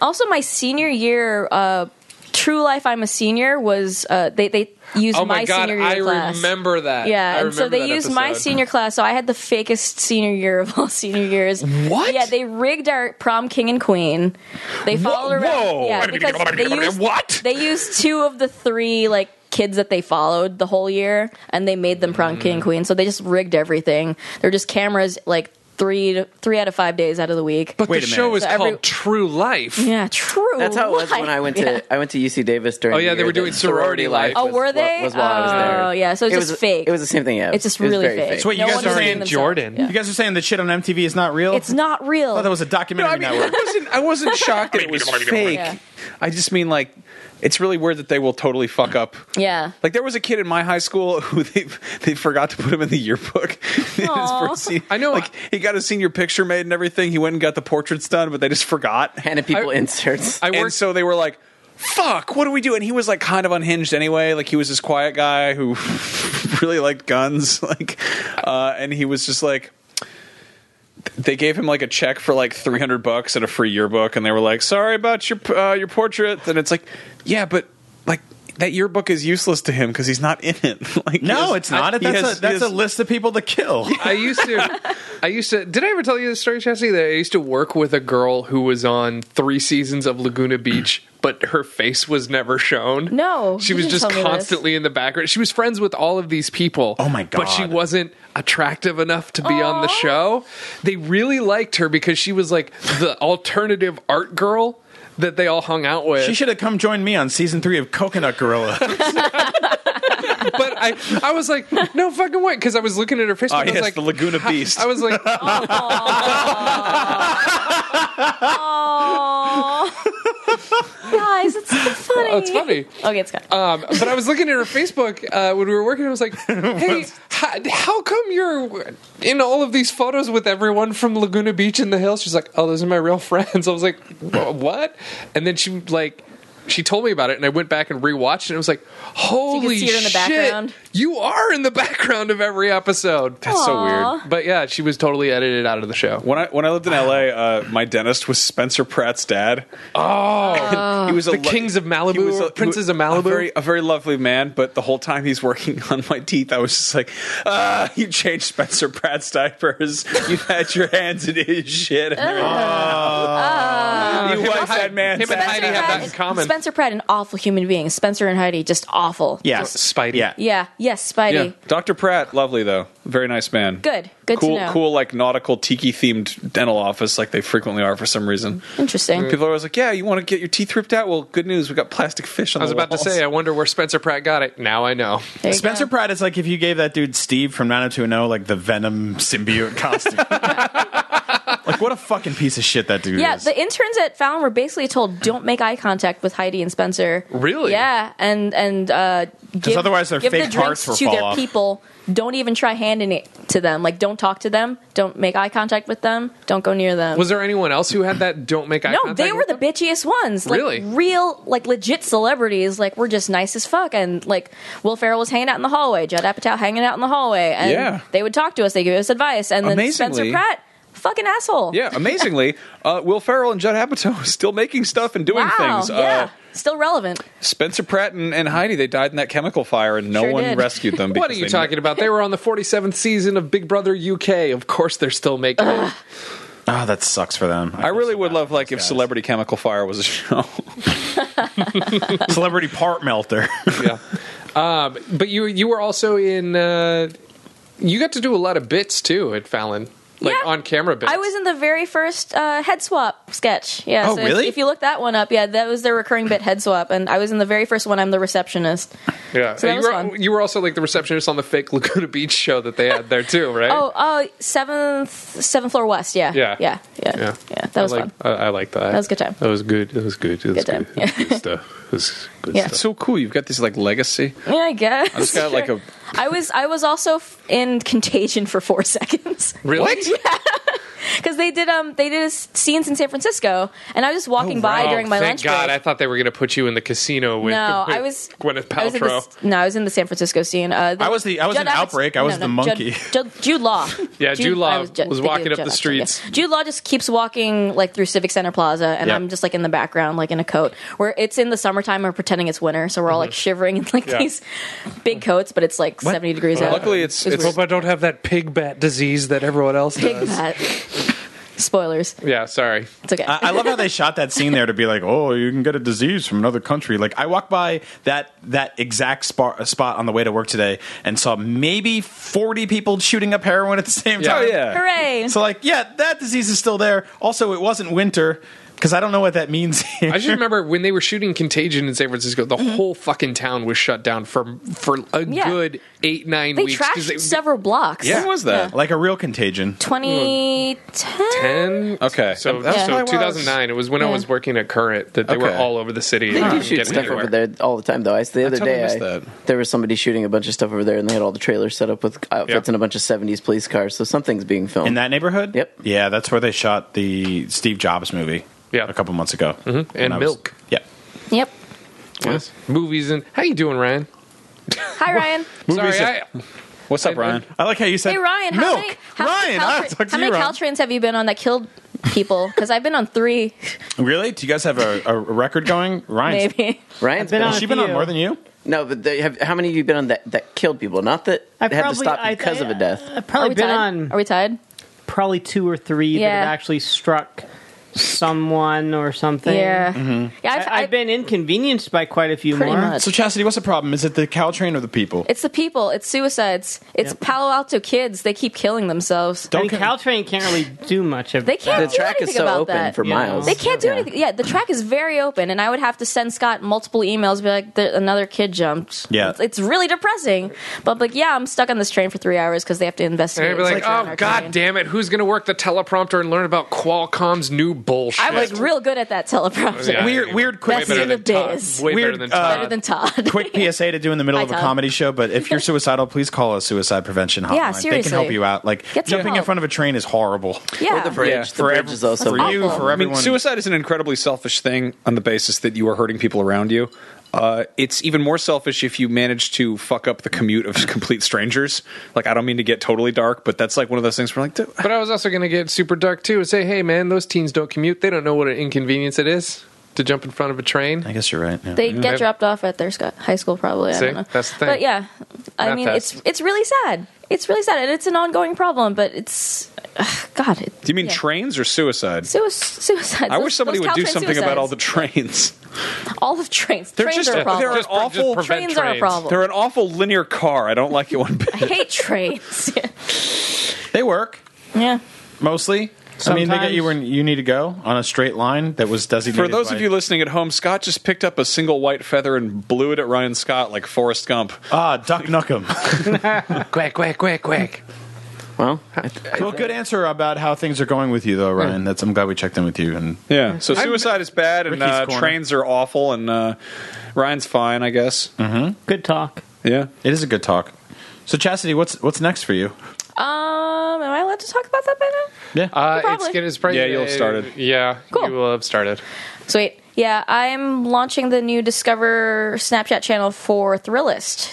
Also, my senior year uh, tr- True Life I'm a Senior was uh, they they used
Oh
my,
my, god,
senior year
I
class.
remember that.
Yeah,
I
and so
remember
they
that
used my
episode.
senior class, so I had the fakest senior year of all [laughs] senior years.
What?
Yeah, they rigged our prom king and queen. They followed around.
whoa.
Yeah, because they used,
What?
They used two of the three like kids that they followed the whole year, and they made them prom king and
Mm.
queen. So they just rigged everything. They're just cameras like three to, three out of five days out of the week.
But
Wait
the
a minute.
show is
So every-
called True Life.
yeah, true.
That's how it
[laughs]
was when I went to
Yeah.
I went to UC Davis during.
Oh, yeah,
the
they
year
were doing
that
sorority life.
Oh,
was-
were they?
Was while I was there.
Oh, yeah, so it's
it
just
was,
fake.
It was the same thing. Yeah,
It's just
It was
really
very
fake.
So wait, you guys
one was
are in
themselves.
Jordan.
Yeah.
You guys are saying the shit on MTV is not real?
It's not real.
I thought that was a
No, I
documentary
mean, I
network.
wasn't, I
[laughs]
wasn't shocked that it was fake.
Yeah.
I just mean, like, it's really weird that they will totally fuck up.
yeah.
Like, there was a kid in my high school [laughs] who they they forgot to put him in the yearbook. [laughs] His
Aw.
first se-
I know.
Like, he got his senior picture made and everything. He went and got the portraits done, but they just forgot.
Hannah people
I-
inserts.
I
and
worked.
so they were like, "Fuck, what do we do?" And he was like kind of unhinged anyway. Like he was this quiet guy who [laughs] really liked guns. [laughs] Like, uh, and he was just like. They gave him like a check for like three hundred bucks and a free yearbook, and they were like, "Sorry about your uh, your portrait." And it's like, yeah, but like that yearbook is useless to him because he's not in it. [laughs] like, [laughs] he
no,
has-
it's not.
he
that's
has-
a,
he
that's a
has-
list of people to kill.
I used
[laughs]
to, I used to. Did I ever tell you this story, Chastity? That I used to work with a girl who was on three seasons of Laguna Beach, but her face was never shown.
No,
she
you
was
didn't
just
tell me this.
constantly in the background. She was friends with all of these people.
Oh my
But she
God.
wasn't attractive enough to be on the
Aw.
show. They really liked her because she was like the alternative art girl that they all hung out with.
She should have come join me on season three of Coconut Gorilla.
but I, I was like, no fucking way, because I was looking at her face.
Ah,
Oh,
and I was
yes,
like
the Laguna Beast.
I was like, oh,
[laughs] Aw. Guys, it's so funny. [laughs]
oh, it's funny.
Okay, it's good.
Um, but I was looking at her Facebook uh, when we were working. I was like, "Hey, how, how come you're in all of these photos with everyone from Laguna Beach in the hills?" She's like, "Oh, those are my real [laughs] friends." I was like, "Wha- "What?" And then she like she told me about it, and I went back and rewatched, it, and it was like, "Holy
see her in the
shit!
background.
You are in the background of every episode."
That's so weird.
But yeah, she was totally edited out of the show.
When I when I lived in L.A., uh, my dentist was Spencer Pratt's dad. Oh, he was a
The Kings of Malibu
he was
or Princes of
he was
Malibu?
A very, a very lovely man, but the whole time he's working on my teeth, I was just like, "Ah, you changed Spencer Pratt's diapers. You had your hands in his shit."
Ah.
And everything." you
Ah. him
was
and
that
Heidi-
man.
him and Heidi have that in common.
Spencer Pratt, an awful human being. Spencer and Heidi, just awful.
yes,
Spidey.
Yeah,
Yeah. Yes, Spidey.
Doctor Pratt, lovely though, very nice man.
Good. Good
cool,
to know.
cool, like nautical tiki themed dental office, like they frequently are for some reason.
Mm-hmm.
Interesting.
People are always like, "Yeah, you want to get your teeth ripped out? Well, good news, we got plastic fish on
I was
the
about to
walls."
say, I wonder where Spencer Pratt got it. Now I know.
There you
Spencer
go.
Pratt is like if you gave that dude Steve from 90210 like the Venom symbiote costume. like what a fucking piece of shit that dude
Yeah,
is.
the interns at Fallon were basically told don't make eye contact with Heidi and Spencer.
Really?
Yeah, and and uh, give,
otherwise their
give
fake
the drinks
hearts will
to
fall
their
off.
people. Don't even try handing it to them. Like, don't talk to them. Don't make eye contact with them. Don't go near them.
Was there anyone else who had that? Don't make eye
no,
contact
they were
with
the
them?
bitchiest ones. Like,
Really?
Real, like legit celebrities. Like, we're just nice as fuck. And like, Will Ferrell was hanging out in the hallway. Judd Apatow hanging out in the hallway. And
Yeah.
they would talk to us. They give us advice. And then Spencer
Amazingly-
Pratt, fucking asshole.
Yeah, amazingly, Uh, Will Ferrell and Judd Apatow [laughs] are still making stuff and doing
Wow.
things.
Yeah.
Uh,
Still relevant.
Spencer Pratt and, and Heidi they died in that chemical fire, and no
Sure
one
did.
rescued them.
[laughs] What are
because
you
they-
talking about? They were on the 47th season of Big Brother UK. Of course, they're still making it.
oh, that sucks for them.
I really would love like if Celebrity Chemical Fire was a show. [laughs]
celebrity part
[laughs]
melter.
yeah. Um, but you you were also in. Uh, you got to do a lot of bits too at Fallon, like
Yeah.
on camera bits.
I was in the very first uh, head swap sketch. Yeah.
Oh,
so if-
really?
If, you look that one up, yeah, that was their recurring bit head swap, and I was in the very first one. I'm the receptionist.
Yeah,
So that
you
was
were
fun.
you were also like the receptionist on the fake [laughs] Laguna Beach show that they had there too, right?
Oh, oh, seventh, seventh floor west. Yeah.
Yeah.
Yeah. Yeah.
Yeah.
Yeah. That was
I
fun.
like, I, I like that. That
was a good time.
That was good. That was good. That was good.
time.
That was good stuff. That was good
Yeah.
It's
stuff.
so cool. You've got this like legacy.
Yeah, I guess.
I just got like a
I was I was also f- in Contagion for four [laughs] seconds.
Really?
because they did um they did a s- scenes in San Francisco, and I was just walking by
Oh,
during my
thank
lunch
God, I
break.
thought they were going to put you in the casino with, [laughs]
no,
with
I was
Gwyneth
I was in the
Paltrow.
s- no, I was in the San Francisco scene. Uh,
I was the- I was in Outbreak. I was the monkey.
Judd, Judd- Jude Law.
Yeah, Jude Law
Ju-
was
thinking
walking
of
up
Law,
the streets.
yeah. Jude Law just keeps walking like through Civic Center Plaza, and
Yeah.
I'm just like in the background, like in a coat. Where it's in the summertime, we're pretending it's winter, so we're all like shivering in like
Yeah.
these big coats, but it's like 70 degrees out.
Luckily, it's it's
Hope I don't have that pig bat disease that everyone else
Big
does.
bat. Spoilers.
Yeah, sorry.
It's okay.
I, I love how they shot that scene there to be like, oh, you can get a disease from another country. Like I walked by that that exact spot spot on the way to work today and saw maybe forty people shooting up heroin at the same
oh
time.
yeah.
Hooray!
So like, yeah, that disease is still there. Also, it wasn't winter because I don't know what that means. Here. [laughs]
I just remember when they were shooting Contagion in San Francisco, the whole fucking town was shut down for for a
Yeah.
good eight nine
they
weeks. 'cause
trashed several blocks.
When was that?
like a real contagion.
2010.
ten.
Okay.
so
That's
what I
so
was.
2009. It was when I
Yeah.
was working at Current that they were
Okay.
all over the city. They
do shoot stuff over there all the time, though. I the other
totally
day
missed
I-
that.
there was somebody shooting a bunch of stuff over there, and they had all the trailers set up with outfits
Yeah.
and a bunch of '70s police cars. So something's being filmed.
In that neighborhood?
Yep.
Yeah, that's where they shot the Steve Jobs movie.
Yeah.
A couple months ago. Mm-hmm.
And Milk.
Yeah.
Yep.
Yes. Movies and how you doing, Ryan?
Hi Ryan.
Sorry, I,
What's up,
I-
Ryan?
I like how you said
Hey Ryan. How
milk.
many how
Ryan,
many,
I'll
Caltra-
talk to
how many
you, Ryan.
Caltrans have you been on that killed people? Because I've been on three,
Really? Do you guys have a, a record going? Ryan,
maybe.
Ryan's
been
been
on-
has she been on
Few.
more than you?
no, but they have, how many of you been on that that killed people? Not that
I
had to
probably-
stop
I-
because
I-
of a death.
I've
Are
probably
we
been
tied?
on
Are we tied?
probably two or three that
Yeah.
have actually struck someone or something.
Yeah.
Mm-hmm.
Yeah. I've,
I, I've been inconvenienced by quite a few
Pretty
more.
much.
So, Chastity, what's the problem? Is it the Caltrain or the people?
It's the people. It's suicides. It's
Yep.
Palo Alto kids. They keep killing themselves.
I
Don't
mean,
con-
Caltrain can't really do much of
They can't
The
do
track
anything
is so
about
open
that.
for
You know.
miles.
They can't do anything. Yeah, the track is very open, and I would have to send Scott multiple emails, be like, "There- another kid jumped.
Yeah.
it's, it's really depressing. But I'm like, yeah, I'm stuck on this train for three hours because they have to investigate.
And I'd be like,
what's on
oh
our
god
train."
damn it, who's gonna work the teleprompter and learn about Qualcomm's new bullshit?
I was real good at that teleprompter.
Yeah.
Weird, weird, quick,
Best
better
in the
than Todd.
biz.
Way
Weird,
better than
uh,
Todd.
Better than
[laughs]
Todd.
quick PSA to do in the middle
Hi,
of a
Todd.
comedy show. But if
[laughs]
you're suicidal, please call a suicide prevention hotline. They
Yeah,
can
seriously.
help you out. Like
Get some
jumping in
help.
front of a train is horrible.
[laughs] yeah.
The bridge,
Yeah,
the
for
bridge
ev-
is also
for
That's
you,
awful.
for
I
I mean,
everyone.
suicide is an incredibly selfish thing on the basis that you are hurting people around you. Uh, it's even more selfish if you manage to fuck up the commute of [laughs] complete strangers. Like, I don't mean to get totally dark, but that's like one of those things where, like, dude,
But I was also going to get super dark too and say, hey, man, those teens don't commute. They don't know what an inconvenience it is to jump in front of a train.
I guess you're right. yeah.
They
I-
get dropped off at their sc- high school, probably. I
See?
don't know.
That's the thing.
But yeah, I
Math
mean,
test.
it's it's really sad. It's really sad, and it's an ongoing problem. But it's, ugh, God. It,
do you mean
yeah.
trains or suicide?
Sui- suicides.
I
Those-
wish somebody
those
would do
Caltrain
something about all the
suicides.
trains.
[laughs] all of trains.
They're
trains
just-
are a problem.
they're an
pre-
awful-
prevent
trains are a problem.
They're an awful linear car. I don't like it
[laughs]
one
I
bit.
hate trains. [laughs]
They work
yeah.
mostly. I mean, they get
Sometimes.
you where you need to go on a straight line that was designated.
[laughs] For those
by-
of you listening at home, Scott just picked up a single white feather and blew it at Ryan Scott like Forrest Gump.
ah, Duck Nukem. [laughs]
Quack, quack, quack, quack.
Well,
well, good answer about how things are going with you, though, Ryan. That's I'm glad we checked in with you. And
Yeah. So suicide is bad, and
Ricky's
uh,
corner.
trains are awful, and uh, Ryan's fine, I guess.
Mm-hmm.
Good talk.
Yeah.
it is a good talk. So, Chastity, what's what's next for you?
Um, am I allowed to talk about that by now?
Yeah,
Uh, it's,
Probably.
gonna- it's probably
Yeah, you'll have started.
Yeah,
Cool.
you will have started.
Sweet. Yeah, I'm launching the new Discover Snapchat channel for Thrillist.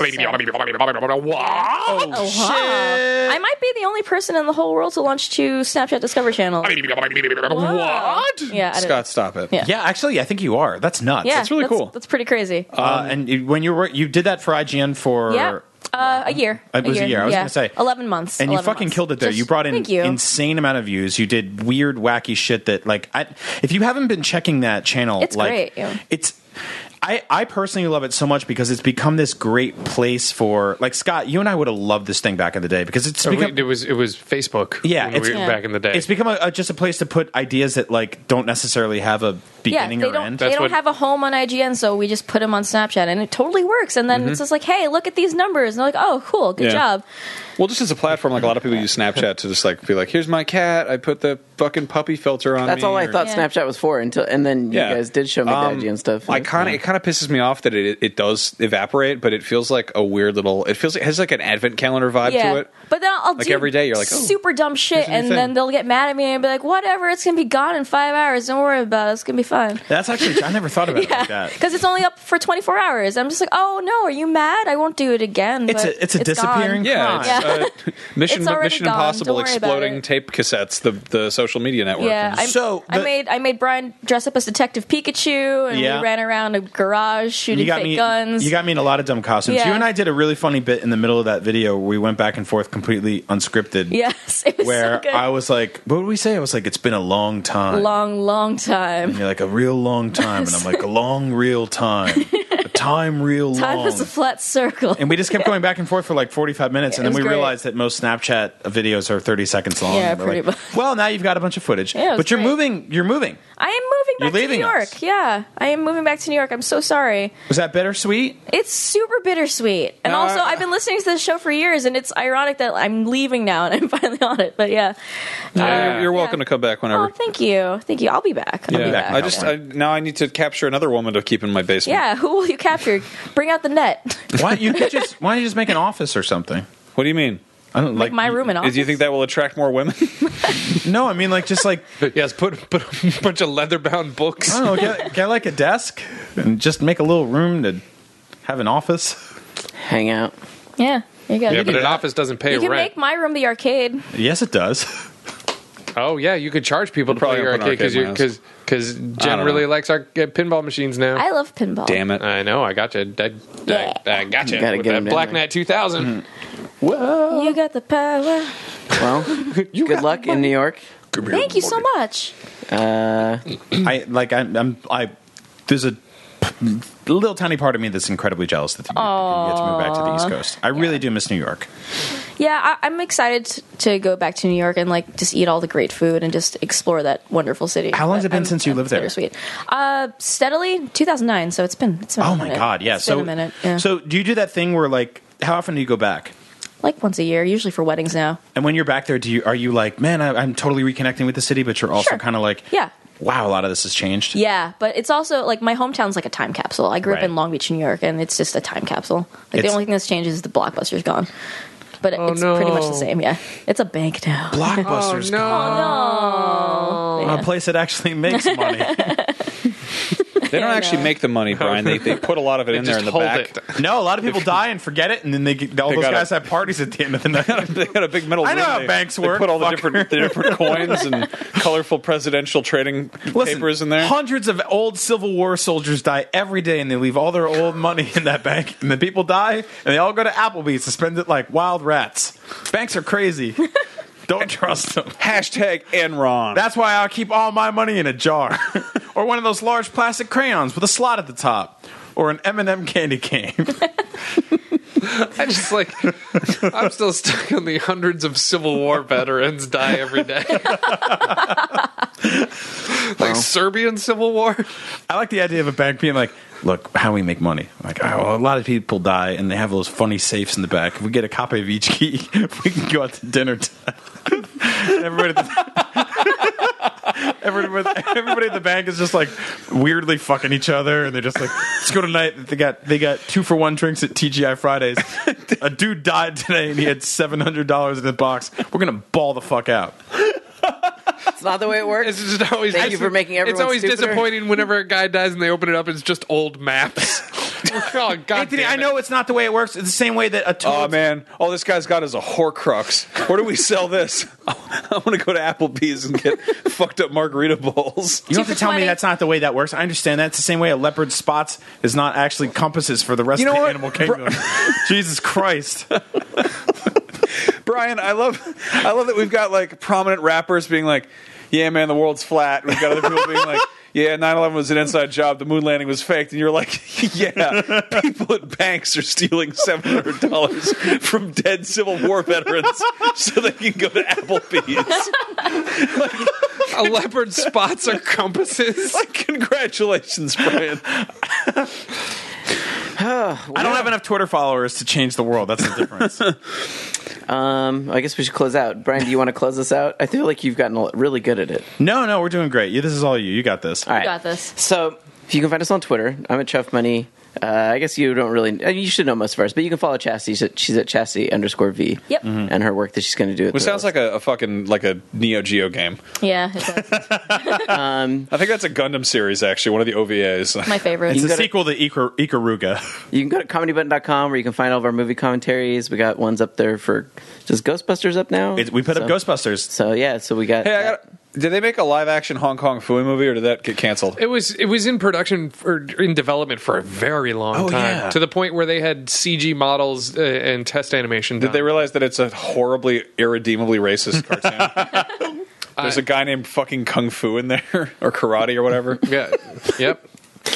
Wow.
Oh, wow. I might be the only person in the whole world to launch two Snapchat Discover channels.
What?
Yeah, I don't-
Scott, stop it.
Yeah.
yeah. Actually, I think you are. That's nuts.
Yeah,
that's really cool.
That's pretty crazy.
Uh, and you, when you were you did that for IGN for
yeah, uh, a year.
It was a year, I was
yeah.
gonna say.
eleven months,
and you
11
fucking
months.
killed it there.
Just-
you brought in
thank you.
insane amount of views. You did weird, wacky shit that like I, if you haven't been checking that channel,
It's
like
great, yeah.
it's. I, I personally love it so much because it's become this great place for like Scott, you and I would have loved this thing back in the day because it's
Oh, We-
become
it was it was Facebook.
yeah,
when
it's,
we were back in the day.
It's become a, a- just a place to put ideas that like don't necessarily have a
yeah,
beginning
they
or
don't
end.
they
That's
don't
what-
have a home on IGN, so we just put
Mm-hmm.
them on Snapchat, and it totally works. And then it's just like, hey, look at these numbers, and they're like, oh, cool, good
Yeah.
job.
Well, just as a platform, like a lot of people use Snapchat to just like be like, "Here's my cat. I put the fucking puppy filter on."
That's
me,"
all I
or-
thought
Yeah.
Snapchat was for until, and then you guys did show me
Um,
the idea and stuff.
I kind of it kind of pisses me off that it it does evaporate, but it feels like a weird little. It feels like it has like an advent calendar vibe
yeah.
to it.
But then I'll
Like,
do
every day you're like, oh,
super dumb shit,
here's a new
and then
thing.
they'll get mad at me and be like, whatever, it's gonna be gone in five hours. Don't worry about it. It's gonna be fine.
That's actually I never thought
[laughs]
about it like
Yeah,
that.
because it's only up for 24 hours. I'm just like, oh no, are you mad? I won't do it again.
It's
but
a it's a disappearing
Yeah,
crime.
it's,
Yeah.
Uh, [laughs] Mission
[laughs] It's already
Mission
gone.
Impossible
Don't worry about
exploding
it.
tape cassettes. The the social media network.
Gone. Yeah, I'm,
So,
I
the-
made I made Brian dress up as Detective Pikachu, and
Yeah.
we ran around a garage shooting fake
me,
guns.
You got me in a lot of dumb costumes.
Yeah.
You and I did a really funny bit in the middle of that video. Where we went back and forth completely unscripted.
yes, it was
Where
so good.
I was like, "What would we say?" I was like, "It's been a long time."
long, long time.
And you're like, "A real long time," and I'm like, "A long real
[laughs]
time." A time real
[laughs] Time
long.
was a flat circle.
and we just kept going back and forth for like 45 minutes,
It
and then
was
we
great.
realized that most Snapchat videos are 30 seconds long.
Yeah,
And we're
pretty
like,
much.
Well, now you've got a bunch of footage,
Yeah, it was
but you're
great.
moving. You're moving.
I am moving
You're
back to New
leaving
York.
us.
Yeah, I am moving back to New York. I'm so sorry.
Was that bittersweet?
It's super bittersweet,
Uh,
and also I've been listening to this show for years, and it's ironic that I'm leaving now and [laughs] I'm finally on it. But yeah,
Yeah, you're welcome
Yeah.
to come back whenever.
oh, thank you, thank you. I'll be back. I'll be
yeah,
back.
I just I, now I need to capture another woman to keep in my basement.
yeah, who will you capture? Bring out the net. [laughs]
Why don't you could just why don't you just make an office or something?
What do you mean?
I don't like
My room and all.
Do you think that will attract more women? [laughs]
No, I mean like just like
Yes, put put a [laughs] bunch of leather bound books.
I don't know, get, get like a desk and just make a little room to have an office.
hang out.
Yeah, you got.
Yeah,
it.
but an office doesn't pay
you can
rent.
make my room the arcade.
Yes, it
[clears throat]
does.
oh yeah, you could charge people to play
Probably
your
open
arcade because
arcade
because because
don't
Jen
know.
really likes our uh, pinball machines now.
I love pinball.
Damn it!
I know. I got you. I, I,
Yeah.
I, I got you.
You gotta
with
get
that
'em down
Black
there.
Knight 2000.
You got the power.
Well, good luck in New York.
Thank you so much.
I like I'm, I'm I there's a little tiny part of me that's incredibly jealous that you get to move back to the East Coast. I really do miss New York.
Yeah, I, I'm excited t- to go back to New York and like just eat all the great food and just explore that wonderful city.
How long's it been
I'm-
since you
I'm
lived there?
Bittersweet. Uh, steadily 2009. So it's been. It's been
Oh
a
my
minute.
god, yeah.
It's
so
been a minute. Yeah.
so do you do that thing where like how often do you go back?
like once a year, usually for weddings now.
And when you're back there, do you are you like, man, I, I'm totally reconnecting with the city, but you're also
Sure.
kind of like,
Yeah.
wow, a lot of this has changed.
Yeah, but it's also like my hometown's like a time capsule. I grew
Right.
up in Long Beach, New York, and it's just a time capsule. Like the
It's-
only thing that's changed is the blockbuster's gone. But it's
no.
pretty much the same, yeah. It's a bank now.
Blockbusters,
Oh,
no.
Yeah.
a place that actually
[laughs]
makes money.
They don't actually make the
[laughs]
money, Brian. They they put a lot of it in there
Oh,
in
just
the
hold
back.
it.
No, a lot of people die and forget it, and then they get, all
They
those
gotta-
guys have parties at the end of the night.
[laughs] they got a big metal.
I know
room.
how
they,
banks
they
work,
put all the
fucker.
different, the [laughs] different coins and colorful presidential trading
Listen,
papers in there.
hundreds of old Civil War soldiers die every day, and they leave all their old money in that bank. And the people die, and they all go to Applebee's to spend it like wild rats. Banks are
[laughs]
crazy. Don't trust them.
Hashtag Enron.
That's why I keep all my money in a jar, [laughs] or one of those large plastic crayons with a slot at the top, or an M&M candy cane. [laughs]
I just like [laughs] I'm still stuck on the hundreds of Civil War veterans die every day. [laughs] like Serbian Civil War.
I like the idea of a bank being like, look, how we make money. Like, oh, well, a lot of people die, and they have those funny safes in the back. If we get a copy of each key, [laughs] we can go out to dinner. Tonight. And [laughs] everybody, at the, [laughs] everybody, at- everybody at the bank is just like weirdly fucking each other, and they're just like, let's go tonight. They got they got two for one drinks at TGI Fridays. A dude died today, and he had seven hundred dollars in his box. We're gonna ball the fuck out.
It's not the way it works.
It's just always.
Thank you for making everyone
It's always
stupider.
disappointing whenever a guy dies and they open it up. It's just old maps. [laughs] oh God,
Anthony,
damn
I
it.
know it's not the way it works. It's the same way that a
Oh
toad
man, all this guy's got is a Horcrux. Where do we sell this? [laughs] I want to go to Applebee's and get [laughs] fucked up margarita bowls.
You don't have
Two
to
for
tell
20.
me that's not the way that works. I understand that. It's the same way a leopard spots is not actually compasses for the rest
You know
of the
what?
animal kingdom. [laughs]
[laughs]
Jesus Christ.
Brian, I love, I love that we've got like prominent rappers being like, "Yeah, man, the world's flat." We've got other people being like, "Yeah, 9/11 was an inside job. The moon landing was faked." And you're like, [laughs] "Yeah, people at banks are stealing seven hundred dollars from dead Civil War veterans so they can go to Applebee's." [laughs]
a leopard spots are compasses.
Like, congratulations, Brian.
I don't have enough Twitter followers to change the world. That's the difference.
Um, I guess we should close out. Brian, do you want to close this out? I feel like you've gotten a lot- really good at it.
[laughs] No, no, we're doing great. You- This is all you. You got this.
All right.
got this.
So if you can find us on Twitter, I'm at Chuff Money. Uh, I guess you don't really. uh, You should know most of ours, but you can follow Chastity. She's at, she's at Chastity underscore V.
Yep. Mhm.
And her work that she's going to do. at
Which
the
sounds
Royals.
like a, a fucking like a Neo Geo game.
Yeah, it does.
I think that's a Gundam series actually, one of the OVAs.
my favorite.
It's a
got a-
sequel to Ika- Ikaruga.
[laughs] You can go to comedybutton.com where you can find all of our movie commentaries. We got ones up there for just Ghostbusters up now.
It, we put
so,
up Ghostbusters.
So yeah, so we got.
Hey, I got. Did they make a live action Hong Kong Fooey movie, or did that get canceled?
It was it was in production or in development for a very long time
yeah.
to the point where they had CG models uh, and test animation. Done.
Did they realize that it's a horribly, irredeemably racist cartoon? There's a guy named fucking Kung Fu in there, [laughs] or karate, or whatever.
Yeah. yep.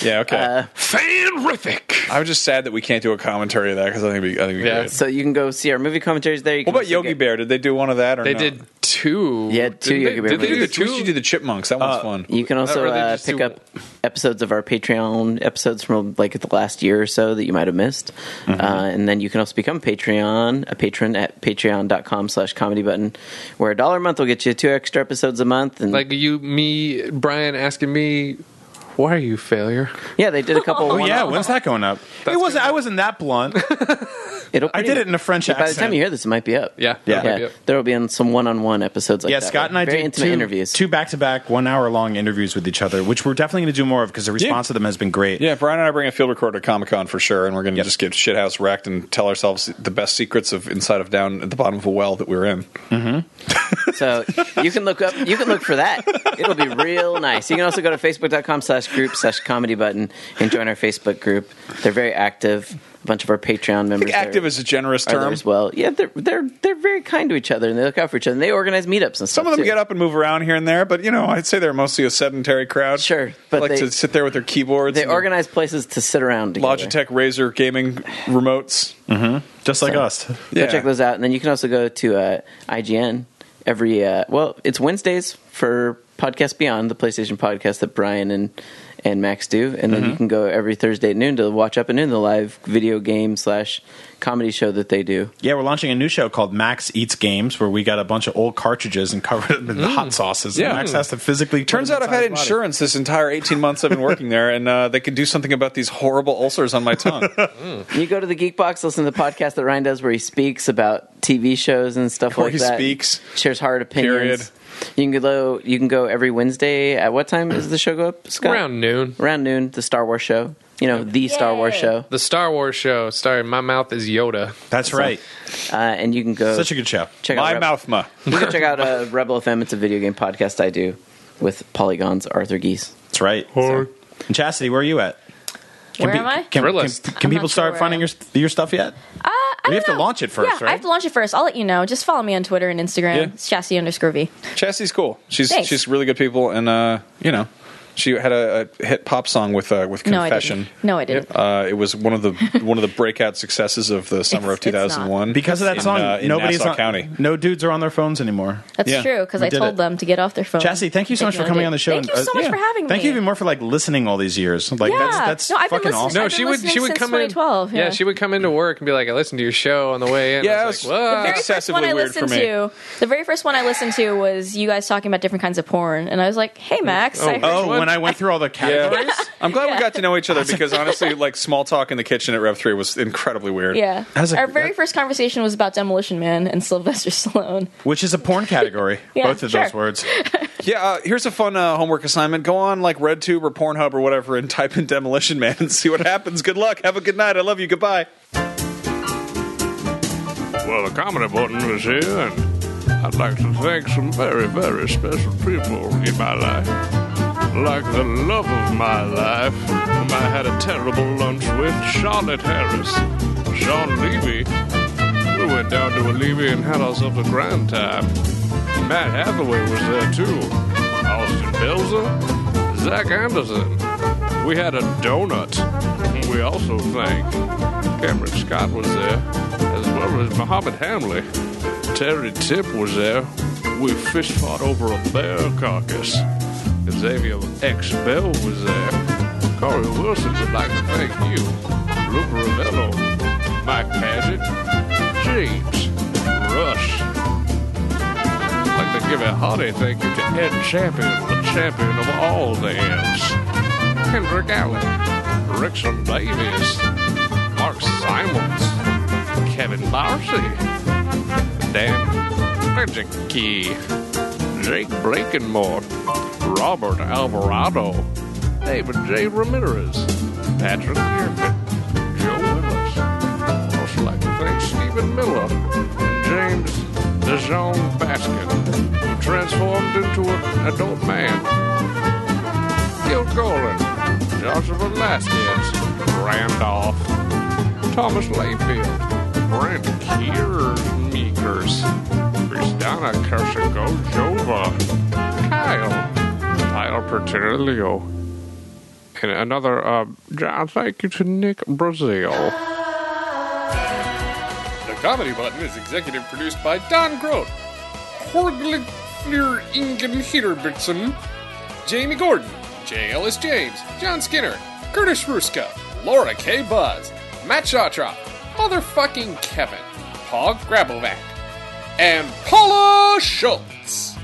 Yeah, okay.
Fanrific.
I'm just sad that we can't do a commentary of that because I think it'd be, I think it'd be
Yeah.
great.
so you can go see our movie commentaries there. You
What
can
about
also
Yogi
get-
Bear? Did they do one of that? Or
They
no?
did two.
Yeah, two
Didn't
Yogi
they-
Bear
Did they do the
movies.
We should do
two?
the Chipmunks. That one's fun.
You can also
Or they
uh,
just
pick
do-
up episodes of our Patreon episodes from like the last year or so that you might have missed,
Mm-hmm.
uh, and then you can also become a Patreon a patron at patreon.com/slash comedy button, where a dollar a month will get you two extra episodes a month. And
Like you, me, Brian asking me, "Why are you failure?"
yeah, they did a couple.
[laughs] Oh
one-off-
yeah, when's that going up? it wasn't. I wasn't that blunt. [laughs]
it'll
I did it in a French
By
accent.
the time you hear this, it might be up.
Yeah,
Yeah.
that might be
yeah.
it.
There will be on some one-on-one episodes like
yeah,
that.
Scott and
like
I
very
did
intimate
two,
interviews.
two back-to-back one-hour-long interviews with each other, which we're definitely going to do more of because the response to them has been great.
Yeah, Brian and I bring a field recorder to Comic Con for sure, and we're going to
Yep.
just get shithouse wrecked and tell ourselves the best secrets of inside of down at the bottom of a well that we were in.
So you can look up, you can look for that. It'll be real nice. You can also go to facebook.com slash group slash comedy button and join our Facebook group. They're very active. A bunch of our Patreon members.
I think active
are,
is a generous
are there
term.
as well. Yeah, they're they're they're very kind to each other and they look out for each other. And they organize meetups and stuff.
Some of them
too.
get up and move around here and there, but you know, I'd say they're mostly a sedentary crowd.
Sure, but
like
they-
to sit there with their keyboards.
They
and their
organize places to sit around together.
Logitech Razer gaming remotes.
just like us.
Yeah.
Go check those out. And then you can also go to uh, IGN every, uh, well, it's Wednesdays for Podcast Beyond, the PlayStation podcast that Brian and, and Max do. And then
Mm-hmm.
you can go every Thursday at noon to watch Up and Noon, the live video game slash comedy show that they do.
Yeah, we're launching a new show called Max Eats Games, where we got a bunch of old cartridges and covered them in hot sauces.
Yeah.
and Max has to physically. put
Turns
them
out I've
inside
had
his body.
insurance this entire 18 months I've been working there, and uh, they can do something about these horrible ulcers on my tongue.
You go to the Geek Box, listen to the podcast that Ryan does where he speaks about TV shows and stuff
Where
like
he
that.
speaks.
Shares hard opinions.
Period.
You can go you can go every Wednesday at what time does the show go up, Scott?
Around noon,
Around noon, the Star Wars show. You know, the Star Wars
Yay.
show.
the Star Wars show. Sorry, my mouth is Yoda.
That's right.
uh, and you can go
Such a good show.
check out
my
Reb-
mouth, ma.
You can check out uh, Rebel FM. It's a video game podcast I do with Polygon's Arthur Geese.
That's right. So- And Chastity, where are you at?
Where
be-
am I?
Can,
We're
can,
list.
can
I'm
people
not sure
start
where
finding
I
your, your stuff yet?
Uh, I
We have
don't
to
know.
launch it first,
Yeah,
right?
I have to launch it first. I'll let you know. Just follow me on Twitter and Instagram.
Yeah.
It's chassis underscore V.
Chastity's cool. She's
Thanks.
she's really good people, and uh, you know, she had a, a hit pop song with uh, with
No, I
Confession.
didn't. No, I didn't.
Uh, it was one of
[laughs]
the one of the breakout successes of the summer of
It's- it's not.
2001
Because of that
in,
song,
uh, in
nobody's
Nassau
on,
County.
No dudes are on their phones anymore.
That's
Yeah.
true because
We
I
did
told
it.
them to get off their phone.
Chastity, thank you so much for coming on the show.
Thank you
and, uh,
so much for having
Thank
me.
you even more for like listening all these years. Like
Yeah.
that's that's
No, I've been
fucking
listening-
awesome.
No,
I've
she
been
would.
listening
She would
since
come in.
2012, yeah.
she would come into work and be like, "I listened to your show on the way in."
Yeah,
I was
it was-
like, "What?"
The very first
Excessively
one I
weird for
listened
me.
to, the very first one I listened to was you guys talking about different kinds of porn, and I was like, "Hey Max, I heard
Oh, when
What?
I went through all the categories,
Yeah. [laughs] I'm glad we got to know each other
[laughs]
because honestly, like small talk in the kitchen at Rev Three was incredibly weird.
[laughs] Yeah.
I was like,
Our very
that-
first conversation was about Demolition Man and Sylvester [laughs] Stallone.
which is a porn category,
Yeah,
both of those
sure.
words.
Yeah, uh, here's a fun uh, homework assignment. Go on like RedTube or Pornhub or whatever and type in Demolition Man and see what happens. Good luck. Have a good night. I love you. Goodbye.
Well, the comedy button is here, and I'd like to thank some very, very special people in my life. Like the love of my life, whom I had a terrible lunch with Charlotte Harris, Sean Levy. We went down to a Levy and had ourselves a grand time. Matt Hathaway was there too, Austin Belzer, Zach Anderson. We had a donut. We also thank Cameron Scott was there, as well as Muhammad Hamley. Terry Tip was there. We fish fought over a bear carcass. Xavier X. Bell was there. Corey Wilson would like to thank you. Luke Ravello, Mike Paget, James, Russ. give a hearty thank you to Ed Champion, the champion of all the Eds. Hendrick Allen, Rickson Davies, Mark Simons, Kevin Larcy, Dan Key, Jake Blakenmore, Robert Alvarado, David J. Ramirez, Patrick Griffin, Joe Willis, most like to thank Stephen Miller and James DeJong Baskin, who transformed into an adult man. Gil Golan, Joshua Velasquez, Randolph, Thomas Layfield, Brent Keir Meekers, Kristana Kershagojova, Kyle, Kyle Pertilio, and another uh, John, thank you to Nick Brazil.
The Comedy Button is executive produced by Don Grote, Horglinger Ingen Hederbitson, Jamie Gordon, J. Ellis James, John Skinner, Curtis Ruska, Laura K. Buzz, Matt Shawtrop, motherfucking Kevin, Paul Grabovac, and Paula Schultz.